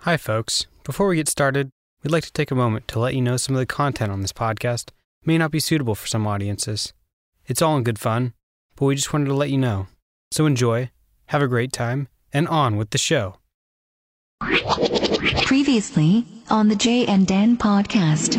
Hi, folks. Before we get started, we'd like to take a moment to let you know some of the content on this podcast may not be suitable for some audiences. It's all in good fun, but we just wanted to let you know. So enjoy, have a great time, and on with the show. Previously on the Jay and Dan podcast.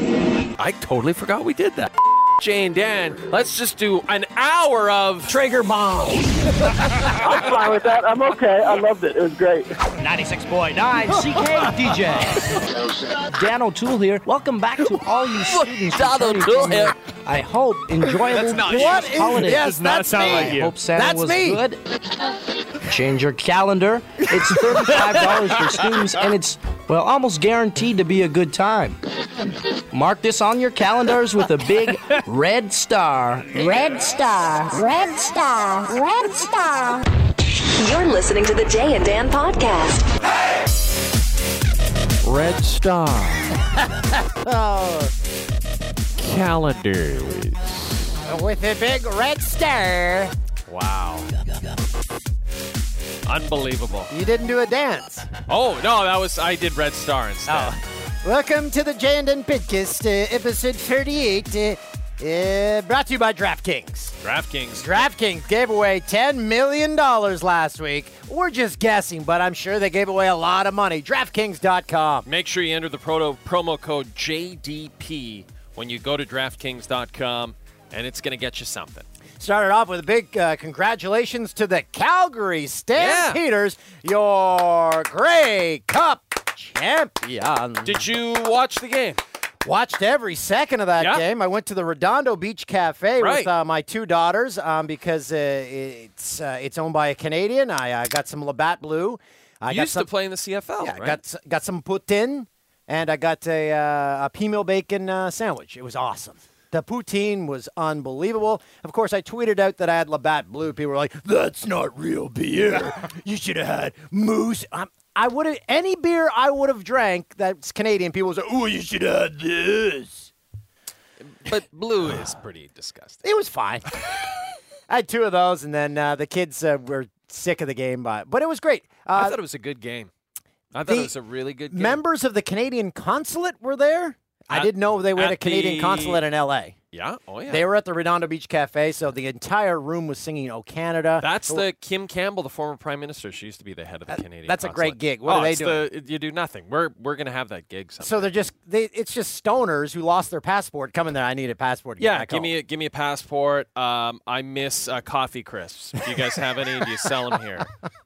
I totally forgot we did that. Jane Dan, let's just do an hour of Traeger bomb. I'm fine with that. I'm okay. I loved it. It was great. 96.9 CK DJ. Dan O'Toole here. Welcome back to all you students. Dan returning O'Toole from here. your, I hope enjoyable not you. Christmas holidays. Yes, that's me. I hope Santa That's was me. good. Change your calendar. It's $35 for students, and it's, well, almost guaranteed to be a good time. Mark this on your calendars with a big red star. Red Star, Red Star, Red Star. You're listening to the Jay and Dan podcast. Red Star. Oh, Calendar. With a big red star. Wow. Unbelievable. You didn't do a dance. Oh no, that was I did Red Star instead. Welcome to the Jandon Pitcast, uh, episode 38, uh, uh, brought to you by DraftKings. DraftKings. DraftKings gave away $10 million last week. We're just guessing, but I'm sure they gave away a lot of money. DraftKings.com. Make sure you enter the proto promo code JDP when you go to DraftKings.com, and it's gonna get you something. Started off with a big uh, congratulations to the Calgary Yeah. Stampeders, your Grey Cup champion. Did you watch the game? Watched every second of that Yeah. game. I went to the Redondo Beach Cafe Right. with uh, my two daughters um, because uh, it's uh, it's owned by a Canadian. I uh, got some Labatt Blue. I You got used some, to play in the CFL, yeah, I right? got s- got some poutine, and I got a uh, a pea meal bacon uh, sandwich. It was awesome. The poutine was unbelievable. Of course, I tweeted out that I had Labatt Blue. People were like, "That's not real beer. you should have had moose." I'm, I would have any beer I would have drank that's Canadian. People was like, "Oh, you should have had this." but blue is pretty disgusting. It was fine. I had two of those, and then uh, the kids uh, were sick of the game, but but it was great. Uh, I thought it was a good game. I thought the it was a really good game. members of the Canadian consulate were there. I At- didn't know Oh, they were at at a Canadian the- consulate in LA. Yeah. Oh yeah. They were at the Redondo Beach Cafe, so the entire room was singing "Oh Canada." That's the Kim Campbell, the former prime minister. She used to be the head of the Canadian. that's a great consulate. gig. What oh, are they it's the- you do nothing. We're we're gonna have that gig. Someday. so they're just they. It's just stoners who lost their passport coming there. I need a passport. To get yeah, back give home. me a, give me a passport. Um, I miss uh, coffee crisps. Do you guys have any? Do you sell them here?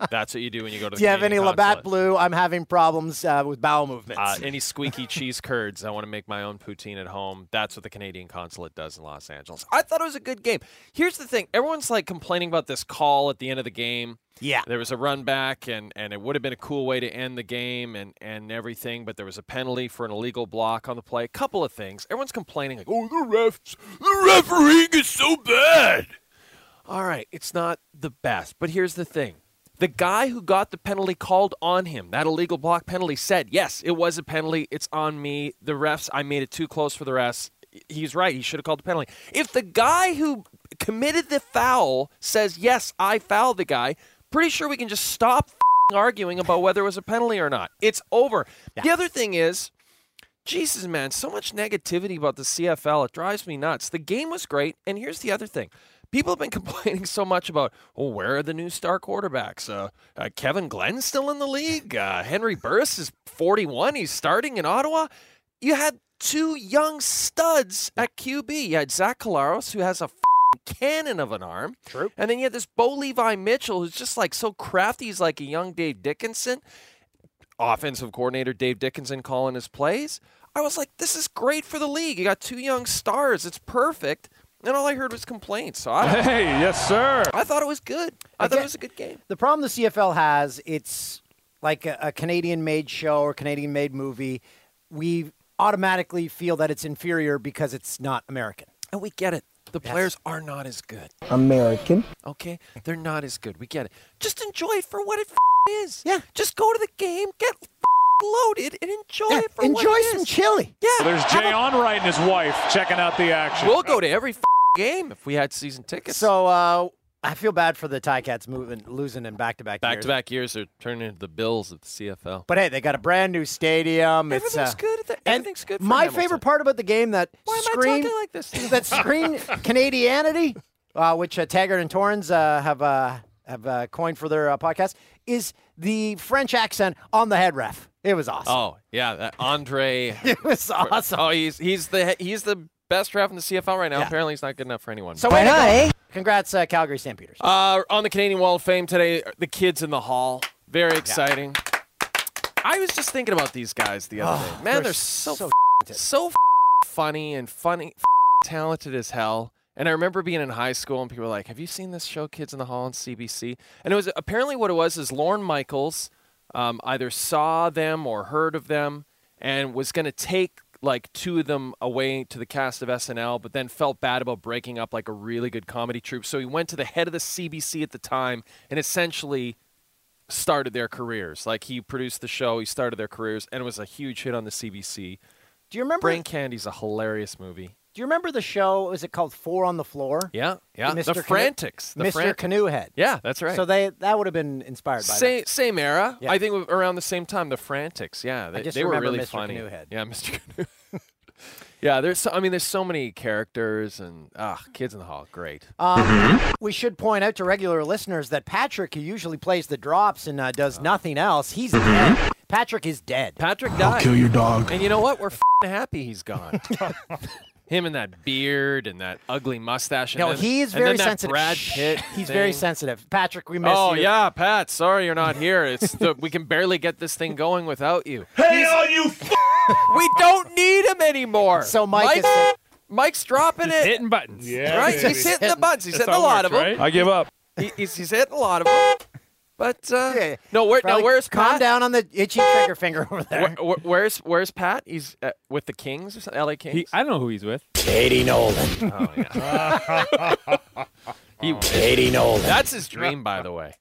That's what you do when you go to. the Do you have any Canadian consulate. Labatt Blue? I'm having problems uh, with bowel movements. Uh, any squeaky cheese curds? I want to make my own poutine at home. That's what the Canadian consulate does in Los Angeles. I thought it was a good game. Here's the thing: everyone's like complaining about this call at the end of the game. yeah, There was a run back, and, and it would have been a cool way to end the game and, and everything, but there was a penalty for an illegal block on the play. A couple of things. Everyone's complaining, like, oh, the refs, the refereeing is so bad. All right, it's not the best, but here's the thing. The guy who got the penalty called on him, that illegal block penalty, said, yes, it was a penalty. It's on me. The refs, I made it too close for the refs. He's right. He should have called the penalty. If the guy who committed the foul says, yes, I fouled the guy, pretty sure we can just stop f***ing arguing about whether it was a penalty or not. It's over. The other thing is, Jesus, man, so much negativity about the CFL. It drives me nuts. The game was great. And here's the other thing people have been complaining so much about, oh, where are the new star quarterbacks? Uh, uh, Kevin Glenn's still in the league. Uh, Henry Burris is 41. He's starting in Ottawa. You had two young studs at QB. You had Zach Kolaros, who has a f***ing cannon of an arm. True. And then you had this Bo Levi Mitchell, who's just like so crafty. He's like a young Dave Dickinson offensive coordinator Dave Dickinson calling his plays. I was like, this is great for the league. You got two young stars. It's perfect. And all I heard was complaints. So I, hey, yes, sir. I thought it was good. I thought Again- it was a good game. the problem the CFL has, it's like a, a Canadian made show or Canadian made movie. We automatically feel that it's inferior because it's not American. And we get it. The players are not as good. American. Okay? They're not as good. We get it. Just enjoy it for what it f- is. Yeah. Just go to the game, get f- loaded, and enjoy it for what Enjoy it some is. chili. yeah. There's have Jay a- Onright and his wife checking out the action. We'll go to every f- game if we had season tickets. So uh, I feel bad for the Tie Cats moving, losing in back to back. Back to back years are turning into the Bills of the CFL. But hey, they got a brand new stadium. It's, Everything's uh, good. at the- and everything's good. For my Hamilton. favorite part about the game that Why am I screamed talking like this? that screen Canadianity, uh, which uh, Taggart and Torrens uh, have uh, have uh, coined for their uh, podcast, is the French accent on the head ref. It was awesome. Oh yeah, that Andre. It was awesome. Oh, he's he's the he's the best draft in the CFL right now. Yeah. Apparently, he's not good enough for anyone. So way to go. Congrats, uh, Calgary St. Peters. Uh, on the Canadian Wall of Fame today, uh, the kids in the hall. Very exciting. I was just thinking about these guys the other day. Man, they're, so so, f- so f- funny and funny, f- talented as hell. And I remember being in high school and people were like, "Have you seen this show, Kids in the Hall on CBC?" And it was apparently what it was is Lorne Michaels um, either saw them or heard of them and was going to take like two of them away to the cast of SNL, but then felt bad about breaking up like a really good comedy troupe. So he went to the head of the CBC at the time and essentially started their careers. Like he produced the show, he started their careers, and it was a huge hit on the CBC. Do you remember? Brain Candy's a hilarious movie. Do you remember the show? Was it called Four on the Floor? Yeah, yeah. Mr. The Canoe- Frantics. The Mr. Frantics. Canoehead. Yeah, that's right. So they that would have been inspired by same same era. Yeah. I think around the same time. The Frantics. Yeah, they, just they were remember really Mr. funny. Canoehead. Yeah, Mr. Canoe. yeah, there's. So, I mean, there's so many characters and ah, kids in the hall. Great. that. Um, Mm-hmm. We should point out to regular listeners that Patrick, who usually plays the drops and uh, does nothing else, he's dead. Patrick is dead. Uh-huh. Patrick died. Mm-hmm. I'll kill your dog. And you know what? We're fing happy he's gone. Him and that beard and that ugly mustache. And No, then, he is and then very that sensitive. Brad Shh, Pitt. He's very thing. sensitive. Patrick, we miss Oh you. yeah, Pat. Sorry you're not here. It's the, we can barely get this thing going without you. Hey, all you f- We don't need him anymore. So Mike is sick. Mike's dropping it. hitting buttons. Yeah, right? baby. He's hitting the buttons. He's That's hitting a how it lot works, of them. right? I give up. He- he's, he's hitting a lot of them. But uh, Yeah. no, where now Probably where's calm Pat? down on the itchy trigger finger over there. Where- where- where's where's Pat? He's uh, with the Kings or something. LA Kings. Oh, He, I don't know who he's with. Oh. He wins. Katie Nolan. That's his dream, by the way.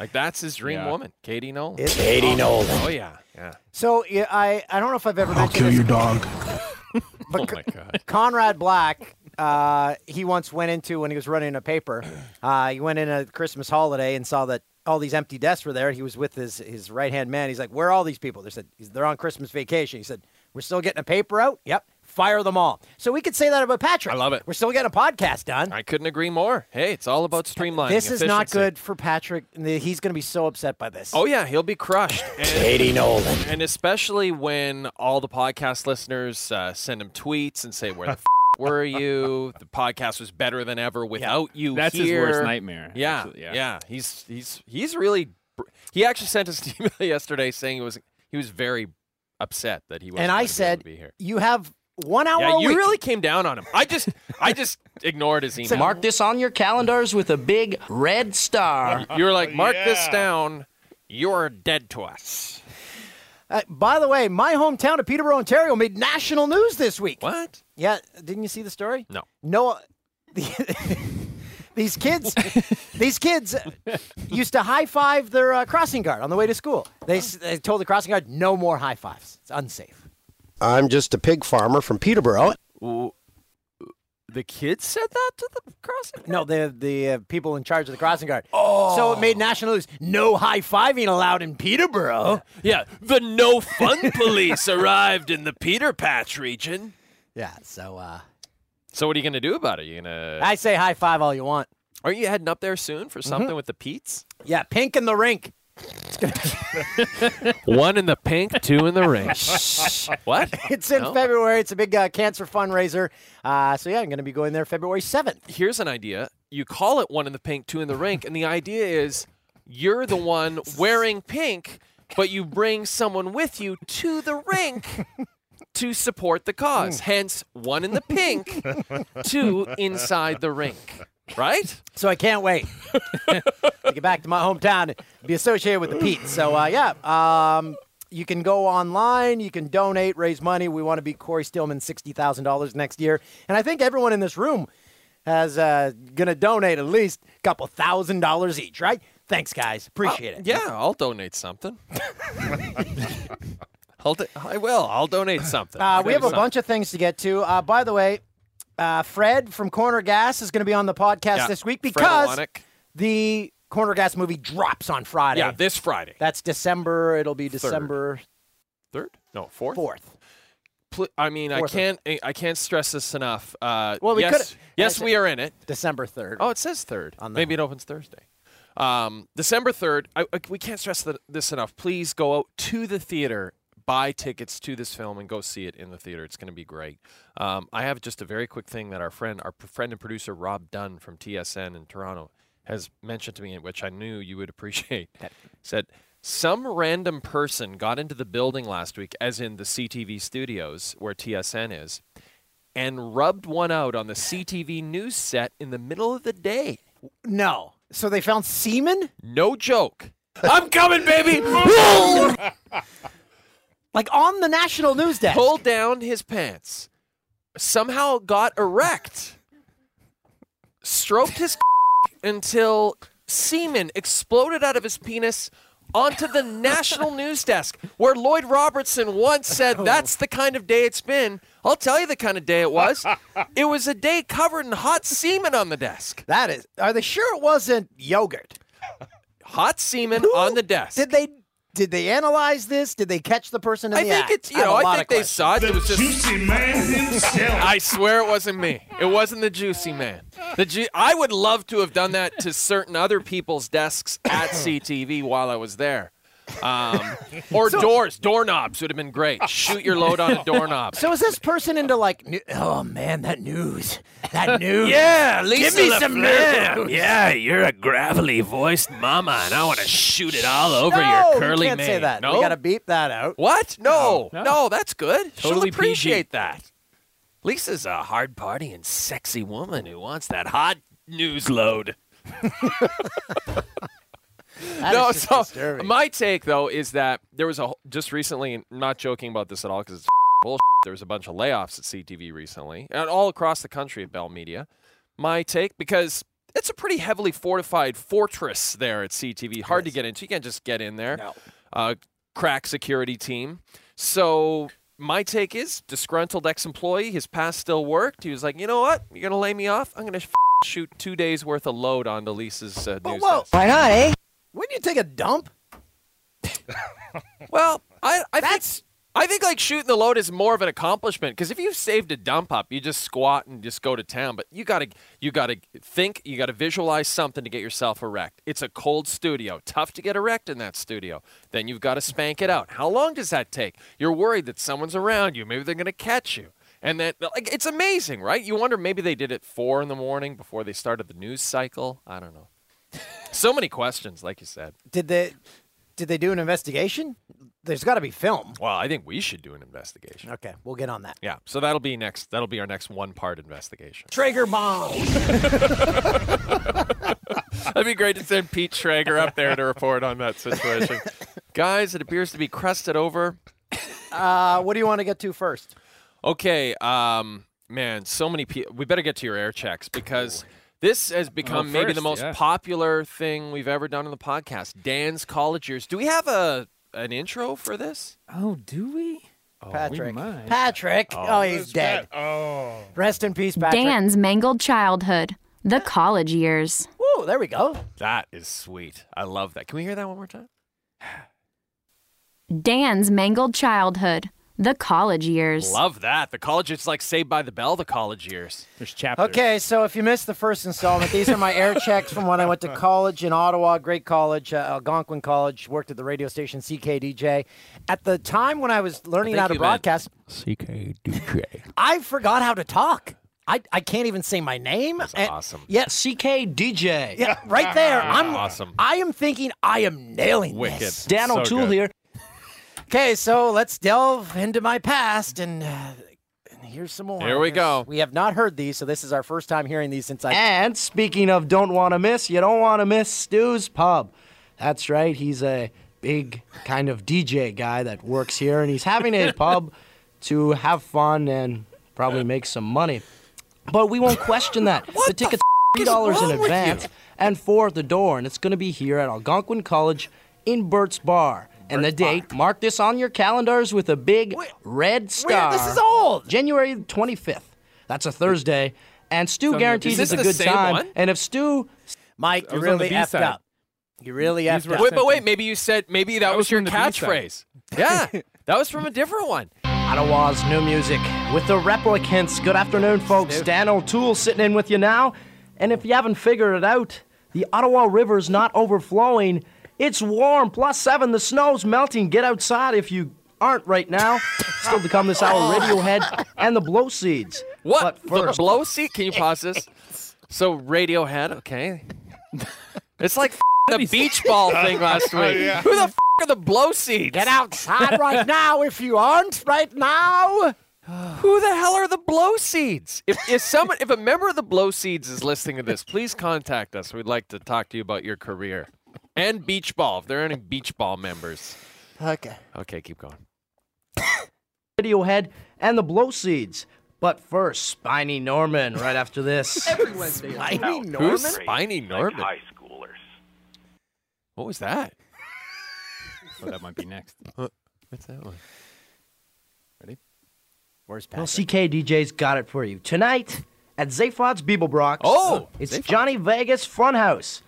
Like that's his dream Yeah. woman, Katie Nolan. Katie Nolan. oh yeah, yeah. So yeah, I I don't know if I've ever mentioned this. dog. Oh my god. Conrad Black, uh, he once went into when he was running a paper. Uh, he went in a Christmas holiday and saw that all these empty desks were there. He was with his his right hand man. He's like, "Where are all these people?" They said, "He's- "They're on Christmas vacation." He said, "We're still getting a paper out." Yep, fire them all. So we could say that about Patrick. I love it. We're still getting a podcast done. I couldn't agree more. Hey, it's all about streamlining. This is not efficiency. good for Patrick. He's going to be so upset by this. Oh yeah, he'll be crushed. And, Katie Nolan. and especially when all the podcast listeners uh, send him tweets and say, "Where the f- were you? The podcast was better than ever without you." That's his here." worst nightmare. Yeah, actually, yeah, He's he's he's really. br- He actually sent us an email yesterday saying he was he was very upset that he wasn't and gonna I be able said, to be here. "You have one hour. Yeah, a you week. really came down on him. I just I just ignored his email. Mark this on your calendars with a big red star. you were Um, like, mark this down. You're dead to us. Uh, by the way, my hometown of Peterborough, Ontario, made national news this week. What? Yeah, didn't you see the story? No. No. uh, these kids, these kids uh, used to high five their uh, crossing guard on the way to school. They, s they told the crossing guard, "No more high fives. It's unsafe." I'm just a pig farmer from Peterborough. uh, The kids said that to the crossing. No, the the uh, people in charge of the crossing guard. Oh. So it made national news. No high fiving allowed in Peterborough. Yeah, the no fun police arrived in the Peter Patch region. Yeah. So uh, So what are you gonna do about it? You gonna I say high five all you want. Mm-hmm. are you heading up there soon for something with the Pete's? Yeah, pink in the rink. One in the pink, two in the ring. what? It's in No? February. It's a big uh, cancer fundraiser. Uh, so yeah, I'm going to be going there February 7th. Here's an idea. You call it one in the pink, two in the rink, and the idea is you're the one wearing pink, but you bring someone with you to the rink to support the cause. Hmm. Hence, one in the pink, two inside the rink. Right? So I can't wait to get back to my hometown and be associated with the Pete. So uh, yeah, um, you can go online. You can donate, raise money. We want to beat Corey Stillman sixty thousand dollars next year, and I think everyone in this room has uh, going to donate at least a couple thousand dollars each. Right? Thanks, guys. Appreciate it. Yeah, I'll donate something. I'll do- I will. I'll donate something. Uh, I'll we have a donate bunch of things to get to. Uh, by the way, uh, Fred from Corner Gas is going to be on the podcast something. Yeah. this week Fred because Olenek. The Corner Gas movie drops on Friday. Yeah, this Friday. That's December. It'll be December Third? No, fourth. fourth. Pl- I mean, I Fourth. can't. I I can't stress this enough. Uh, Well, we yes, could- yes, I we are in it. December third. Oh, it says third. On the- Maybe it opens Thursday. Um, December third. I, I- we can't stress th- this enough. Please go out to the theater, buy tickets to this film, and go see it in the theater. It's going to be great. Um, I have just a very quick thing that our friend, our p- friend and producer Rob Dunn from TSN in Toronto, has mentioned to me, which I knew you would appreciate. Said some random person got into the building last week, as in the CTV studios where TSN is, and rubbed one out on the CTV news set in the middle of the day. No. So they found semen? No joke. I'm coming, baby. Pull- Like on the national news desk. Pulled down his pants. Somehow got erect. Stroked his until semen exploded out of his penis onto the national news desk, where Lloyd Robertson once said, Oh. "That's the kind of day it's been." I'll tell you the kind of day it was. It was a day covered in hot semen on the desk. That is are they sure it wasn't yogurt? Hot semen on the desk. Did they did they analyze this? Did they catch the person in I the think act? it's you have know a I lot think of they questions. saw it. It was just man himself. I swear it wasn't me. It wasn't the juicy man. The ju- I would love to have done that to certain other people's desks at CTV while I was there. Um, or doors, doorknobs would have been great. Shoot your load on a doorknob. So is this person into like new- oh man, that news. That news. yeah, Lisa Give me some LaFleur. Yeah, you're a gravelly voiced mama, and I want to shoot it all over no, your curly we can't say mane. that. No, We gotta beep that out. What? Oh, No. No. no. that's good. She'll Totally PG. appreciate that. Lisa's a hard party and sexy woman who wants that hot news load. That no, is just so disturbing. my take though is that there was a whole- just recently, and not joking about this at all because it's bullshit. There was a bunch of layoffs at CTV recently, and all across the country at Bell Media. My take because it's a pretty heavily fortified fortress there at CTV. Hard to get into. You can't just get in there. No. Uh, crack security team. So my take is disgruntled ex-employee. His past still worked. He was like, you know what? You're gonna lay me off. I'm gonna f- shoot two days worth of load onto Lisa's uh, But news whoa, desk." Why not, eh? wouldn't you take a dump? Well, I, I think I think like shooting the load is more of an accomplishment because if you've saved a dump up, you just squat and just go to town. But you gotta you gotta think, you gotta visualize something to get yourself erect. It's a cold studio, tough to get erect in that studio. Then you've got to spank it out. How long does that take? You're worried that someone's around you, maybe they're gonna catch you. And then, like, it's amazing, right? You wonder maybe they did it four in the morning before they started the news cycle. I don't know. so many questions, like you said. Did they did they do an investigation? There's gotta be film. Well, I think we should do an investigation. Okay, we'll get on that. Yeah, so that'll be next. That'll be our next one-part investigation. Traeger bomb. That'd be great to send Pete Schrager up there to report on that situation. Guys, it appears to be crested over. Uh, what do you want to get to first? Okay, um, man, so many people. We better get to your air checks because this has become Oh, maybe the first, most yeah. popular thing we've ever done on the podcast. Dan's college years. Do we have a an intro for this? Oh, do we? Oh, Patrick. might. Patrick. Oh, he's dead. Oh. Rest in peace, Patrick. Dan's mangled childhood, the college years. Woo, there we go. That is sweet. I love that. Can we hear that one more time? Dan's mangled childhood, the college years. Love that. The college. It's like Saved by the Bell. The college years. There's chapters. Okay, so if you missed the first installment, these are my air checks from when I went to college in Ottawa, great college, uh, Algonquin College, worked at the radio station CKDJ. At the time when I was learning I think how to you meant- broadcast, CKDJ. I forgot how to talk. I, I can't even say my name. and- awesome. Yes. CK DJ. Yeah, right there. I'm Awesome. I am thinking I am nailing Wicked. this. Dan So O'Toole good. here. Okay, so let's delve into my past and, uh, and here's some more. Here we There's- go. We have not heard these, so this is our first time hearing these since I. And speaking of don't want to miss, you don't want to miss Stu's Pub. That's right, he's a big kind of DJ guy that works here, and he's having a pub to have fun and probably make some money. But we won't question that. the tickets three dollars in advance and four at the door, and it's going to be here at Algonquin College in Burt's Bar. and the date, mark this on your calendars with a big red Wait, star. this is old. January 25th. That's a Thursday. And Stu on the- guarantees Is it's this a the good same time. one? And if Stu Mike, I you was on the really B effed side. up. You really These effed were up. Wait, but wait, maybe you said maybe that, That was, was your from the B side. catchphrase. yeah, that was from a different one. Ottawa's new music with the replicants. Good afternoon, folks. Dan O'Toole sitting in with you now. And if you haven't figured it out, the Ottawa River's not overflowing. It's warm, plus seven. The snow's melting. Get outside if you aren't right now. Still to come this hour, Radiohead and the Blow Seeds. What But first, the blow seat? Can you pause this? So Radiohead, okay. It's like the beach ball thing last Oh, week. yeah. Who the f- are the blow seats? Get outside right now if you aren't right now. Who the hell are the blow seeds? If, if someone, if a member of the blow seeds is listening to this, please contact us. We'd like to talk to you about your career and beach ball. If there are any beach ball members, Okay. okay, keep going. Radiohead and the Blow Seeds. But first, Spiny Norman right after this. Every Wednesday. Spiny Norman? Who's Spiny Norman? high schoolers. What was that? Oh, that might be next. What's that one? Ready? Where's Well, CKDJ's got it for you. Tonight at Zaphod's Beeblebrox. Oh, It's Zaphod's. Johnny Vegas Funhouse.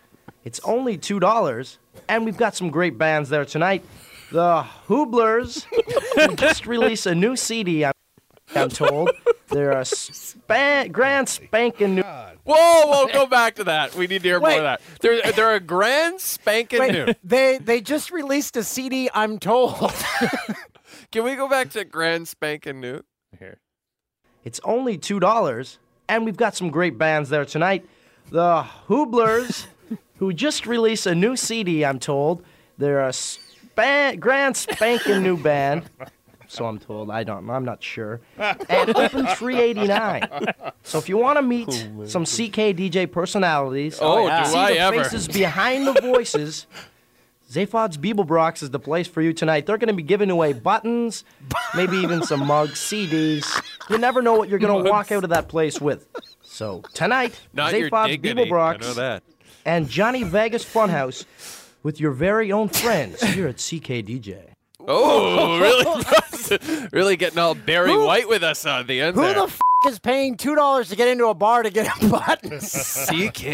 It's only $2, and we've got some great bands there tonight. The Hooblers just released a new CD, I'm, I'm told. They're a span- grand spanking new. Whoa, whoa, go back to that. We need to hear Wait. more of that. They're, they're a grand spanking new. Wait, they they just released a CD. I'm told. Can we go back to grand spanking new? Here. It's only $2, and we've got some great bands there tonight. The Hooblers, who just released a new CD, I'm told. They're a span- grand spanking new band. So I'm told. I don't. I'm not sure. And open 389. So if you want to meet some CK DJ personalities, Oh, do see I the ever. faces behind the voices, Zaphod's Beeblebrox is the place for you tonight. They're going to be giving away buttons, maybe even some mugs, CDs. You never know what you're going to walk out of that place with. So tonight, Not your Zaphod's dignity. I know Beeblebrox that. and Johnny Vegas Funhouse with your very own friends here at CKDJ. Oh, really? really getting all Barry Who- White with us on the end Who there. the f- is paying two dollars to get into a bar to get a button? CK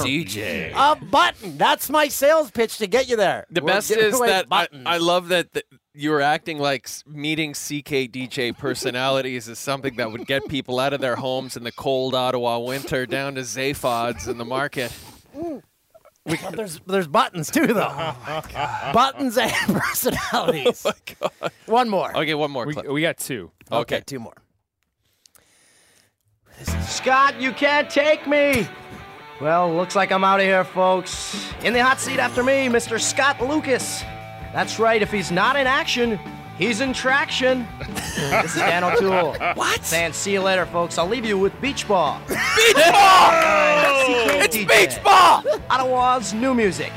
DJ. a button. That's my sales pitch to get you there. The We're best giving is away that I, buttons. I love that th- you were acting like s- meeting CK DJ personalities is something that would get people out of their homes in the cold Ottawa winter down to Zaphod's in the market. Mm. there's there's buttons too though. Oh Buttons and personalities. One more. Okay, one more We, clip. we got two. Okay. two more. Scott, you can't take me. Well, looks like I'm out of here, folks. In the hot seat after me, Mr. Scott Lucas. That's right, if he's not in action, he's in traction. this is Dan O'Toole. What? Saying see you later, folks. I'll leave you with Beach Ball. Beach ball! Oh, Oh, It's Beach Ball! Ottawa's new music.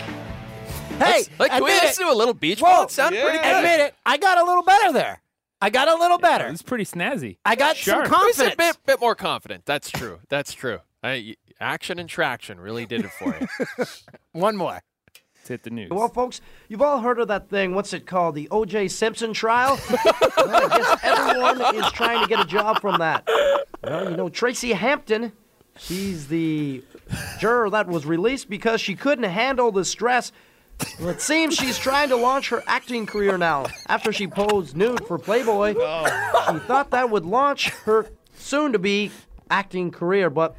Hey, Like, can we admit it. listen to a little beach Whoa, ball? It sounded pretty good. admit it. I got a little better there. I got a little better. It's pretty snazzy. I got Sharp. some I was confidence. a bit, bit more confident. That's true. That's true. I y action and traction really did it for you. One more. Let's hit the news. Well, folks, you've all heard of that thing. What's it called? The O.J. Simpson trial? well, I guess everyone is trying to get a job from that. Well, you know, Tracy Hampton, she's the juror that was released because she couldn't handle the stress. Well, it seems she's trying to launch her acting career now after she posed nude for Playboy. She thought that would launch her soon to be acting career, but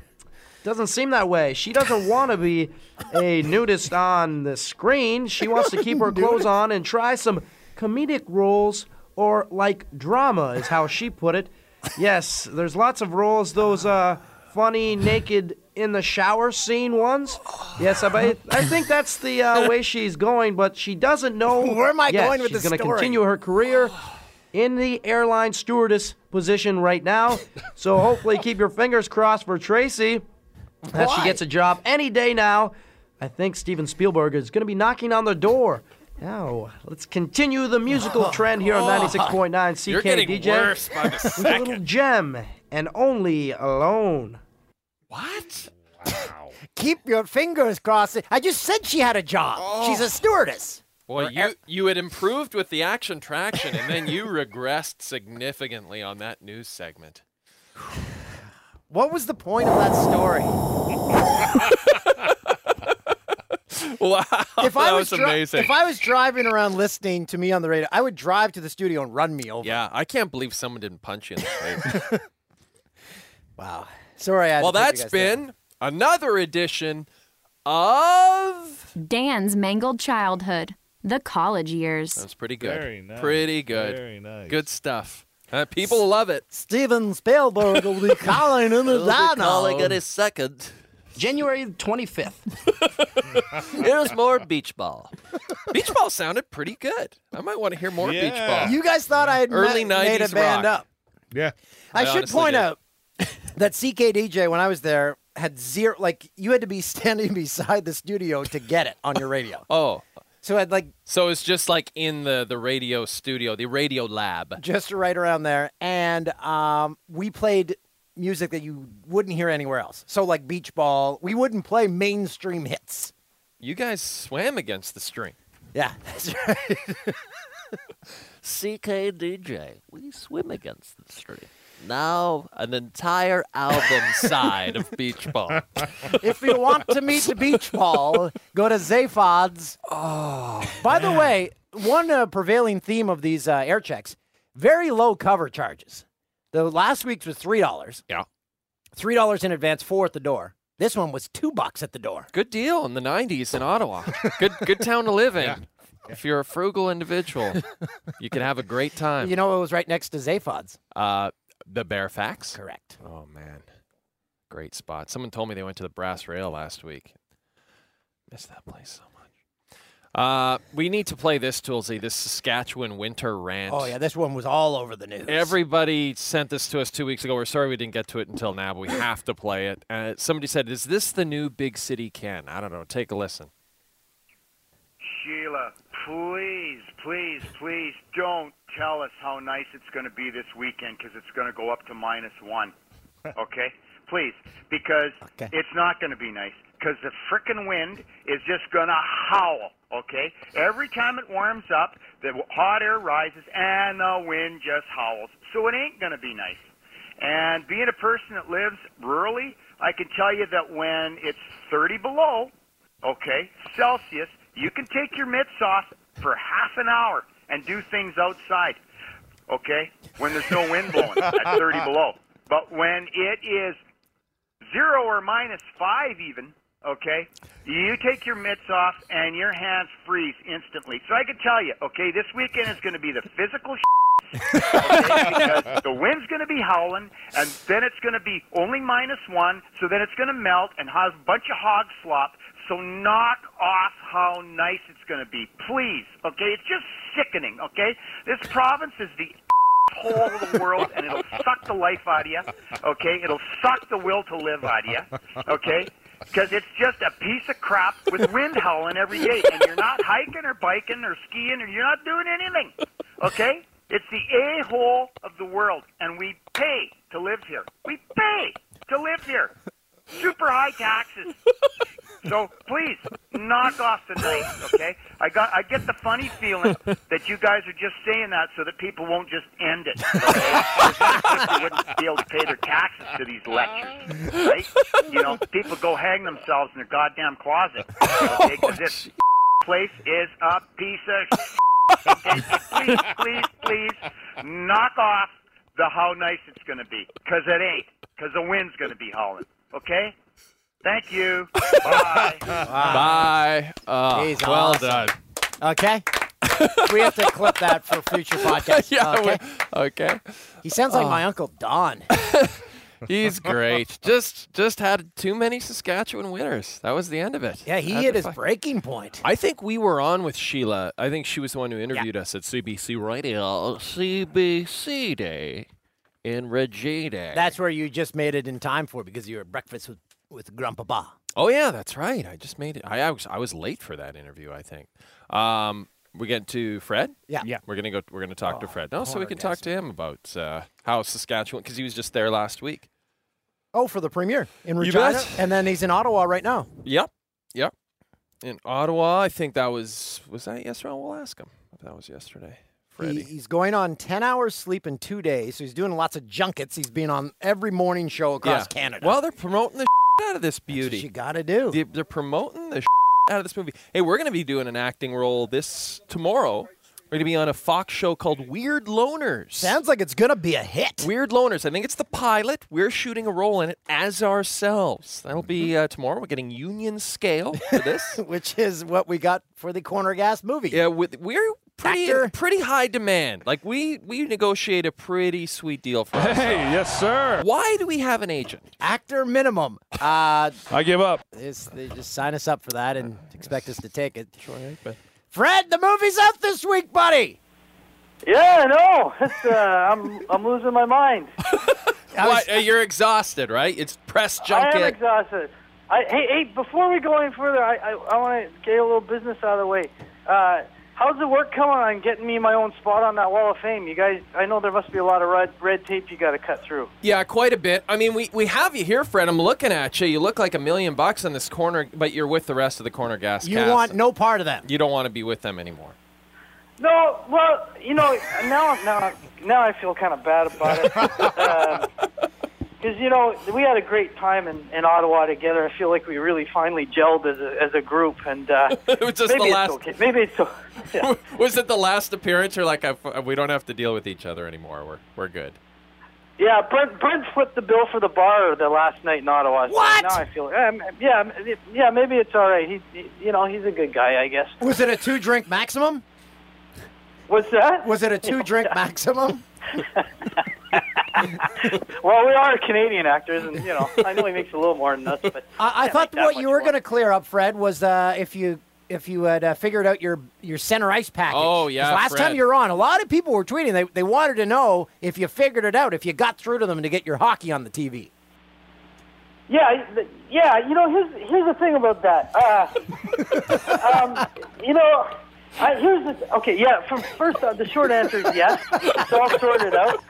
doesn't seem that way. She doesn't want to be a nudist on the screen. She wants to keep her clothes on and try some comedic roles or like drama, is how she put it. Yes, there's lots of roles, those uh, funny naked in the shower scene ones. Yes, I, bet- I think that's the uh, way she's going, but she doesn't know Where am I yet. going with she's this gonna story? continue her career in the airline stewardess position right now. So hopefully, keep your fingers crossed for Tracy that she Why? gets a job any day now. I think Steven Spielberg is going to be knocking on the door. Now, let's continue the Oh, musical trend here on 96.9 CKDJ. You're getting worse by the With a little second. gem and only alone. what? Keep your fingers crossed. I just said she had a job. Oh. She's a stewardess. Well, you you had improved with the action traction, and then you regressed significantly on that news segment. What was the point of that story? Wow, If I that was, was, dri- amazing. if I was driving around listening to me on the radio, I would drive to the studio and run me over. yeah, I can't believe someone didn't punch you in the face. Wow. Sorry, I had well, to put you that's guys through been another edition of. Dan's mangled childhood, the college years. That's pretty good. Very nice. Pretty good. Very nice. Good stuff. Uh, people love it. Steven Spielberg will be calling in the second. January 25th. Here's more beach ball. beach ball sounded pretty good. I might want to hear more beach ball. You guys thought I had Early ma- made a 90s band rock. up. Yeah. I, I should honestly point did. out that CKDJ, when I was there, had zero. Like you had to be standing beside the studio to get it on your radio. Oh, So I'd like so it's just like in the the radio studio, the radio lab. just right around there, and um, we played music that you wouldn't hear anywhere else. So like beach ball, we wouldn't play mainstream hits. You guys swam against the stream. Yeah, that's right. CKDJ, we swim against the stream. Now an entire album side of beach ball. if you want to meet the beach ball, go to Zaphod's. Oh. By the way, one uh, prevailing theme of these uh, air checks: very low cover charges. The last week's was three dollars. Yeah. Three dollars in advance, four at the door. This one was two bucks at the door. Good deal in the '90s in Ottawa. Good good town to live in. If you're a frugal individual, you can have a great time. You know, it was right next to Zaphod's. Uh, the Fax. Correct. Oh man, great spot. Someone told me they went to the Brass Rail last week. Miss that place so much. Uh, we need to play this, Toolsy. This Saskatchewan winter rant. Oh yeah, this one was all over the news. Everybody sent this to us two weeks ago. We're sorry we didn't get to it until now, but we have to play it. Uh, somebody said, "Is this the new big city Ken?" I don't know. Take a listen. Sheila, please, please, please don't tell us how nice it's going to be this weekend because it's going to go up to minus one. Okay? Please, because it's not going to be nice because the frickin' wind is just going to howl. Okay? Every time it warms up, the w- hot air rises and the wind just howls. So it ain't going to be nice. And being a person that lives rurally, I can tell you that when it's 30 below, okay, Celsius, you can take your mitts off for half an hour and do things outside, okay, when there's no wind blowing at 30 below. But when it is zero or minus five, even, okay, you take your mitts off and your hands freeze instantly. So I can tell you, okay, this weekend is going to be the physical because the wind's going to be howling, and then it's going to be only minus one, so then it's going to melt and have a bunch of hog slop. So knock off how nice it's going to be, please. Okay, it's just sickening. Okay, this province is the whole of the world, and it'll suck the life out of you. Okay, it'll suck the will to live out of you. Okay. Because it's just a piece of crap with wind howling every day, and you're not hiking or biking or skiing, or you're not doing anything. Okay? It's the a hole of the world, and we pay to live here. We pay to live here. Super high taxes. So please knock off the nice, okay? I got I get the funny feeling that you guys are just saying that so that people won't just end it. Okay? they wouldn't be able to pay their taxes to these lectures, right? You know, people go hang themselves in their goddamn closet, okay? Because this place is a piece of please, please, please, knock off the how nice it's going to be. Because it ain't. Because the wind's going to be howling. Okay? Thank you. Bye. Bye. Uh, He's well awesome. done. Okay. we have to clip that for future podcasts. yeah. okay. we- okay. Uh, He sounds like my uncle Don. He's great. just just had too many Saskatchewan winners. That was the end of it. Yeah, he Had hit to his fi- breaking point. I think we were on with Sheila. I think she was the one who interviewed us at CBC Radio. CBC Day in Regina. That's where you just made it in time for because you were at breakfast with, with Grandpapa. oh yeah, that's right. I just made it. I, I was I was late for that interview. I think. Um, we get to Fred. Yeah. Yeah. We're gonna go. We're gonna talk to Fred. No, so we poor can talk to him about uh, how Saskatchewan because he was just there last week. Oh, for the premiere in You Regina, bet. and then he's in Ottawa right now. Yep. Yep. In Ottawa, I think that was was that yesterday. We'll ask him if that was yesterday. He, Freddie. he's going on ten hours sleep in two days, so he's doing lots of junkets. He's been on every morning show across Canada. Well, they're promoting the out of this That's what you beauty. got to do. They- They're promoting the out of this movie. Hey, we're going to be doing an acting role this tomorrow. We're going to be on a Fox show called Weird Loners. Sounds like it's going to be a hit. Weird Loners. I think it's the pilot. We're shooting a role in it as ourselves. That'll be uh, tomorrow. We're getting union scale for this. Mm-hmm. Which is what we got for the Corner Gas movie. Yeah, with, we're pretty Actor. pretty high demand. Like we we negotiate a pretty sweet deal for us. Hey, yes, sir. Why do we have an agent? Actor minimum. Uh, I give up. this, they just sign us up for that and expect us to take it. Sure, but Fred, the movie's out this week, buddy. Yeah, no, it's, uh, I'm I'm losing my mind. I was- Why- uh, you're exhausted, right? It's press I junket. am exhausted. I, hey, hey, before we go any further, I I, I want to get a little business out of the way. Uh, how's the work coming on getting me my own spot on that Wall of Fame? You guys, I know there must be a lot of red red tape you got to cut through. Yeah, quite a bit. I mean, we, we have you here, Fred. I'm looking at you. You look like a million bucks in this corner, but you're with the rest of the corner gas. You cast. want no part of them. You don't want to be with them anymore. No, well, you know, now now now I feel kind of bad about it because you know we had a great time in, in Ottawa together. I feel like we really finally gelled as a, as a group, and uh, It was just maybe the last. it's okay. Maybe it's o- yeah. Was it the last appearance? Or like, I, we don't have to deal with each other anymore. We're we're good. yeah. Brent Brent flipped the bill for the bar the last night in Ottawa. So What? Now I feel um, yeah m- yeah maybe it's all right. He, he you know he's a good guy I guess. Was it a two drink maximum? What's that? Was it a two drink maximum? Well, we are Canadian actors, and you know I know he makes a little more than us, but I, I can't make thought that what you much were more. going to clear up, Fred, was uh, if you if you had uh, figured out your your center ice package. Oh, 'Cause yeah, Last time Fred. you were on, a lot of people were tweeting. They they wanted to know if you figured it out, if you got through to them to get your hockey on the TV. Yeah, I- th- yeah. You know, here's here's the thing about that. Uh, um, you know, I, here's the okay. Yeah, from first off, the short answer is yes. It's all sorted out.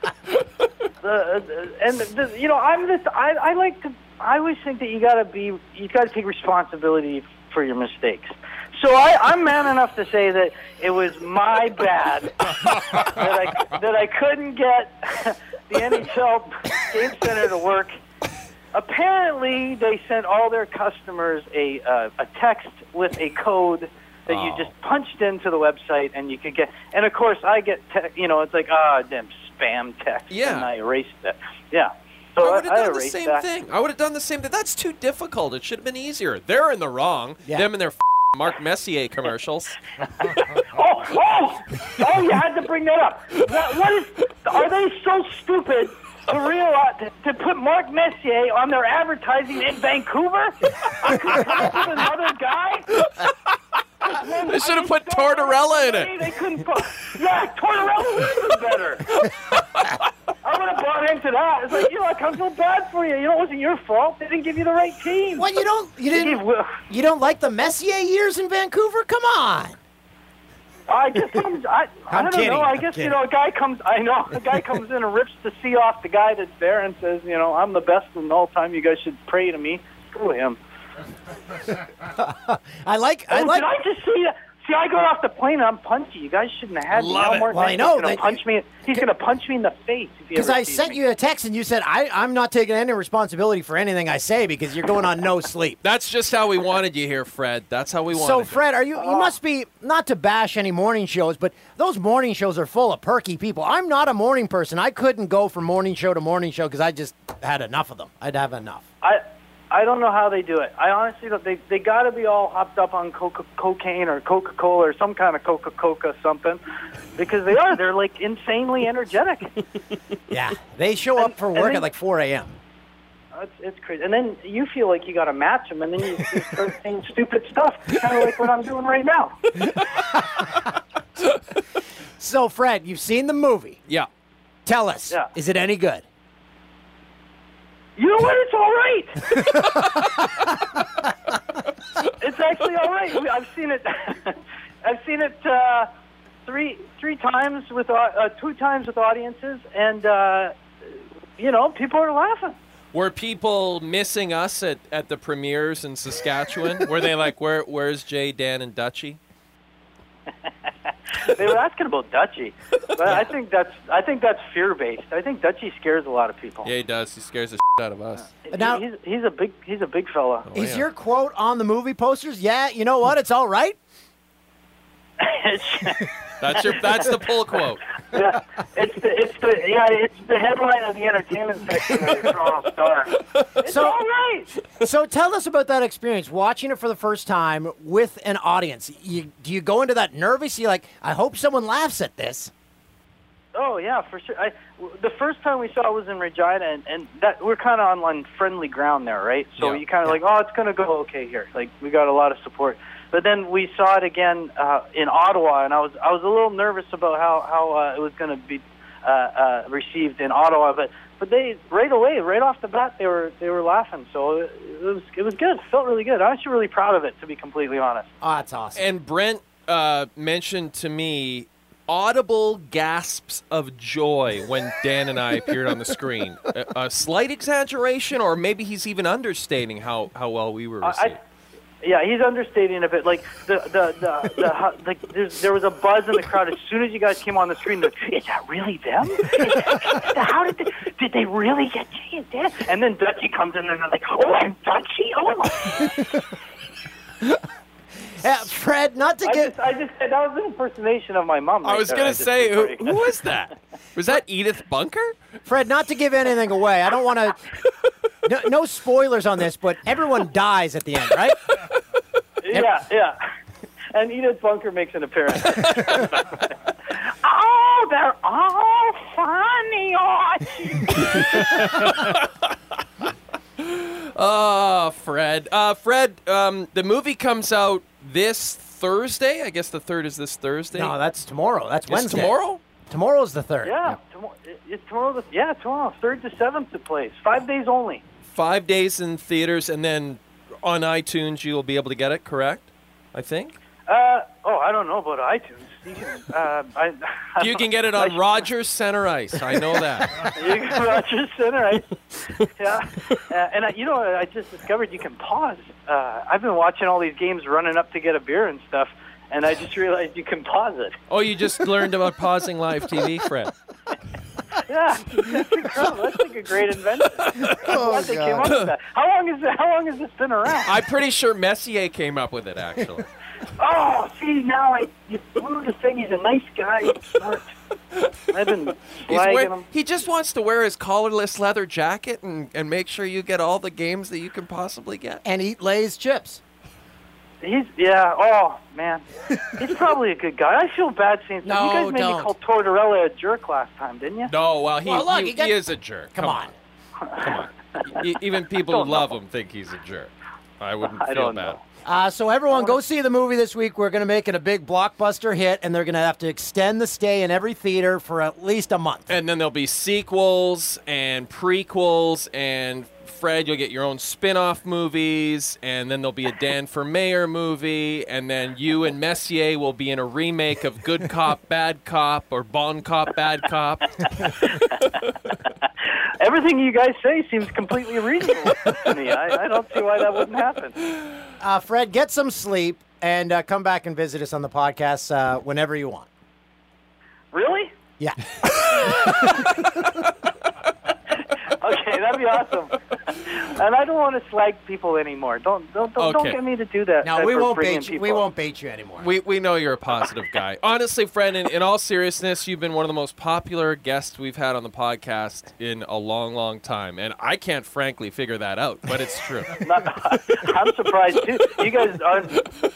The, uh, and the, you know, I'm just I I like to I always think that you gotta be you gotta take responsibility for your mistakes. So I, I'm man enough to say that it was my bad that I that I couldn't get the NHL game center to work apparently they sent all their customers a uh, a text with a code that you just punched into the website and you could get and of course i get te- you know it's like ah damn spam text Yeah. and i erased that yeah so I i, would have I done the erased same that thing. I would have done the same thing. That's too difficult. It should have been easier. They're in the wrong. Yeah. Them and their f- Mark Messier commercials. oh oh oh you had to bring that up what, what is are they so stupid to realize to, to put Mark Messier on their advertising in Vancouver? I could come up with another guy. they should have put They don't Tortorella in have money, it. They couldn't put. Yeah, Tortorella was better. I would have bought into that. It's like, you know, I kind of feel bad for Oh, you. You know, it wasn't your fault. They didn't give you the right team. Well, you don't you They gave didn't Will- you don't like the Messier years in Vancouver? Come on. I guess I'm, I, I I'm don't kidding, know. I I'm guess kidding. you know a guy comes. I know a guy comes in and rips the sea off the guy that's there and says, you know, I'm the best in all time. You guys should pray to me. Screw him. I like I oh, like did I just see that? See, I got off the plane. and I'm punchy. You guys shouldn't have had Love me. it. Now Mark Well, I Messi's know Gonna that- punch me. He's gonna punch me in the face if he because ever I sees sent me. you a text and you said I I'm not taking any responsibility for anything I say because you're going on Uh, no sleep. That's just how we wanted you here, Fred. That's how we wanted. So you. Fred, are you? Uh, You must be not to bash any morning shows, but those morning shows are full of perky people. I'm not a morning person. I couldn't go from morning show to morning show because I just had enough of them. I'd have enough. I I don't know how they do it. I honestly don't. They they got to be all hopped up on coca, cocaine or Coca Cola or some kind of Coca Coca something, because they are. They're like insanely energetic. Yeah, they show up for and work then- at like 4 a.m. Oh, It's, it's crazy. And then you feel like you got to match them, and then you just start saying stupid stuff, kind of like what I'm doing right now. So Fred, you've seen the movie. yeah. Tell us, Yeah. is it any good? You know what? It's all right. it's actually all right. We- I've seen it. I've seen it uh, three three times with au- uh, two times with audiences, and uh, you know people are laughing. Were people missing us at, at the premieres in Saskatchewan? Were they like, where where's Jay, Dan, and Dutchy? they were asking about Dutchie, but I think that's I think that's fear based. I think Dutchie scares a lot of people. Yeah, he does. He scares the shit out of us. Now he's, he's a big he's a big fella. Is your quote on the movie posters? Yeah, you know what? It's all right. That's your. That's the pull quote. yeah, it's the it's the yeah it's the headline of the entertainment section of the Toronto Star. It's all right. so tell us about that experience watching it for the first time with an audience. You, do you go into that nervous? You like, I hope someone laughs at this. Oh yeah, for sure. I, w- the first time we saw it was in Regina, and, and that we're kind of on on friendly ground there, right? So Yeah. you kind of like, oh, it's gonna go okay here. Like we got a lot of support. But then we saw it again uh, in Ottawa, and I was I was a little nervous about how how uh, it was gonna be uh, uh, received in Ottawa, but. But they right away, right off the bat, they were they were laughing. So it it was it was good. It felt really good. I'm actually really proud of it, to be completely honest. Oh, that's awesome. And Brent uh, mentioned to me audible gasps of joy when Dan and I appeared on the screen. A, a slight exaggeration, or maybe he's even understating how, how well we were I- I- received. Yeah, he's understating a bit. Like the the the, the, hu- like there's, there was a buzz in the crowd as soon as you guys came on the screen. they're Like, is that really them? Is that- How did they, did they really get Jay and Dan? And then Dutchie comes in and they're like, oh, I'm Dutchie. Oh my. Yeah, Fred, not to I get. Just, I just that was an impersonation of my mom. I right was there. gonna just say, did who, pretty who was that? Was that Edith Bunker? Fred, not to give anything away. I don't want to. No, no spoilers on this, but everyone dies at the end, right? good. Yeah, yeah. And Edith Bunker makes an appearance. oh, they're all funny. Oh, Oh, Fred. Uh, Fred, um, the movie comes out this Thursday. I guess the third is this Thursday. No, that's tomorrow. That's It's Wednesday. tomorrow? Tomorrow's the third. Yeah, tomorrow. It's tomorrow. The, yeah, tomorrow, third to seventh. It plays five days only. Five days in theaters, and then on iTunes, you'll be able to get it, correct? I think. Uh, oh, I don't know about iTunes. You can, uh, I, I You don't- can get it I on Rogers Center Ice. I know that. should- You can watch your center, right? Yeah. Uh, and I, you know, I just discovered you can pause. Uh, I've been watching all these games, running up to get a beer and stuff, and I just realized you can pause it. Oh, you just learned about pausing live TV, Fred. Yeah, that's incredible. That's like a great invention. Oh, I'm glad they came God. up with that. How long is that, How long has this been around? I'm pretty sure Messier came up with it, actually. Oh, see, now I you blew the thing. He's a nice guy. He's smart. I've been He's slagging wear- him. he just wants to wear his collarless leather jacket and, and make sure you get all the games that you can possibly get. And eat Lay's chips. He's yeah. Oh man, he's probably a good guy. I feel bad seeing No, you guys made don't. me call Tortorella a jerk last time, didn't you? No, well, he, Well, look, he, he got- he is a jerk. Come on. Come on. E- even people who love him think he's a jerk. I wouldn't feel don't bad. Uh, so everyone, go see the movie this week. We're going to make it a big blockbuster hit, and they're going to have to extend the stay in every theater for at least a month. And then there'll be sequels and prequels and Fred, you'll get your own spin-off movies, and then there'll be a Dan for Mayor movie, and then you and Messier will be in a remake of Good Cop, Bad Cop, or Bon Cop, Bad Cop. Everything you guys say seems completely reasonable to me. I, I don't see why that wouldn't happen. Uh, Fred, get some sleep and uh, come back and visit us on the podcast uh, whenever you want. Really? Yeah. Okay, that'd be awesome. And I don't want to slag people anymore. Don't don't don't, Okay. don't get me to do that. No, uh, we for won't bringing bait you. We people. won't bait you anymore. We, we know you're a positive guy. Honestly, Fred, in, in all seriousness, you've been one of the most popular guests we've had on the podcast in a long, long time. And I can't frankly figure that out, but it's true. I'm surprised too. You guys aren't.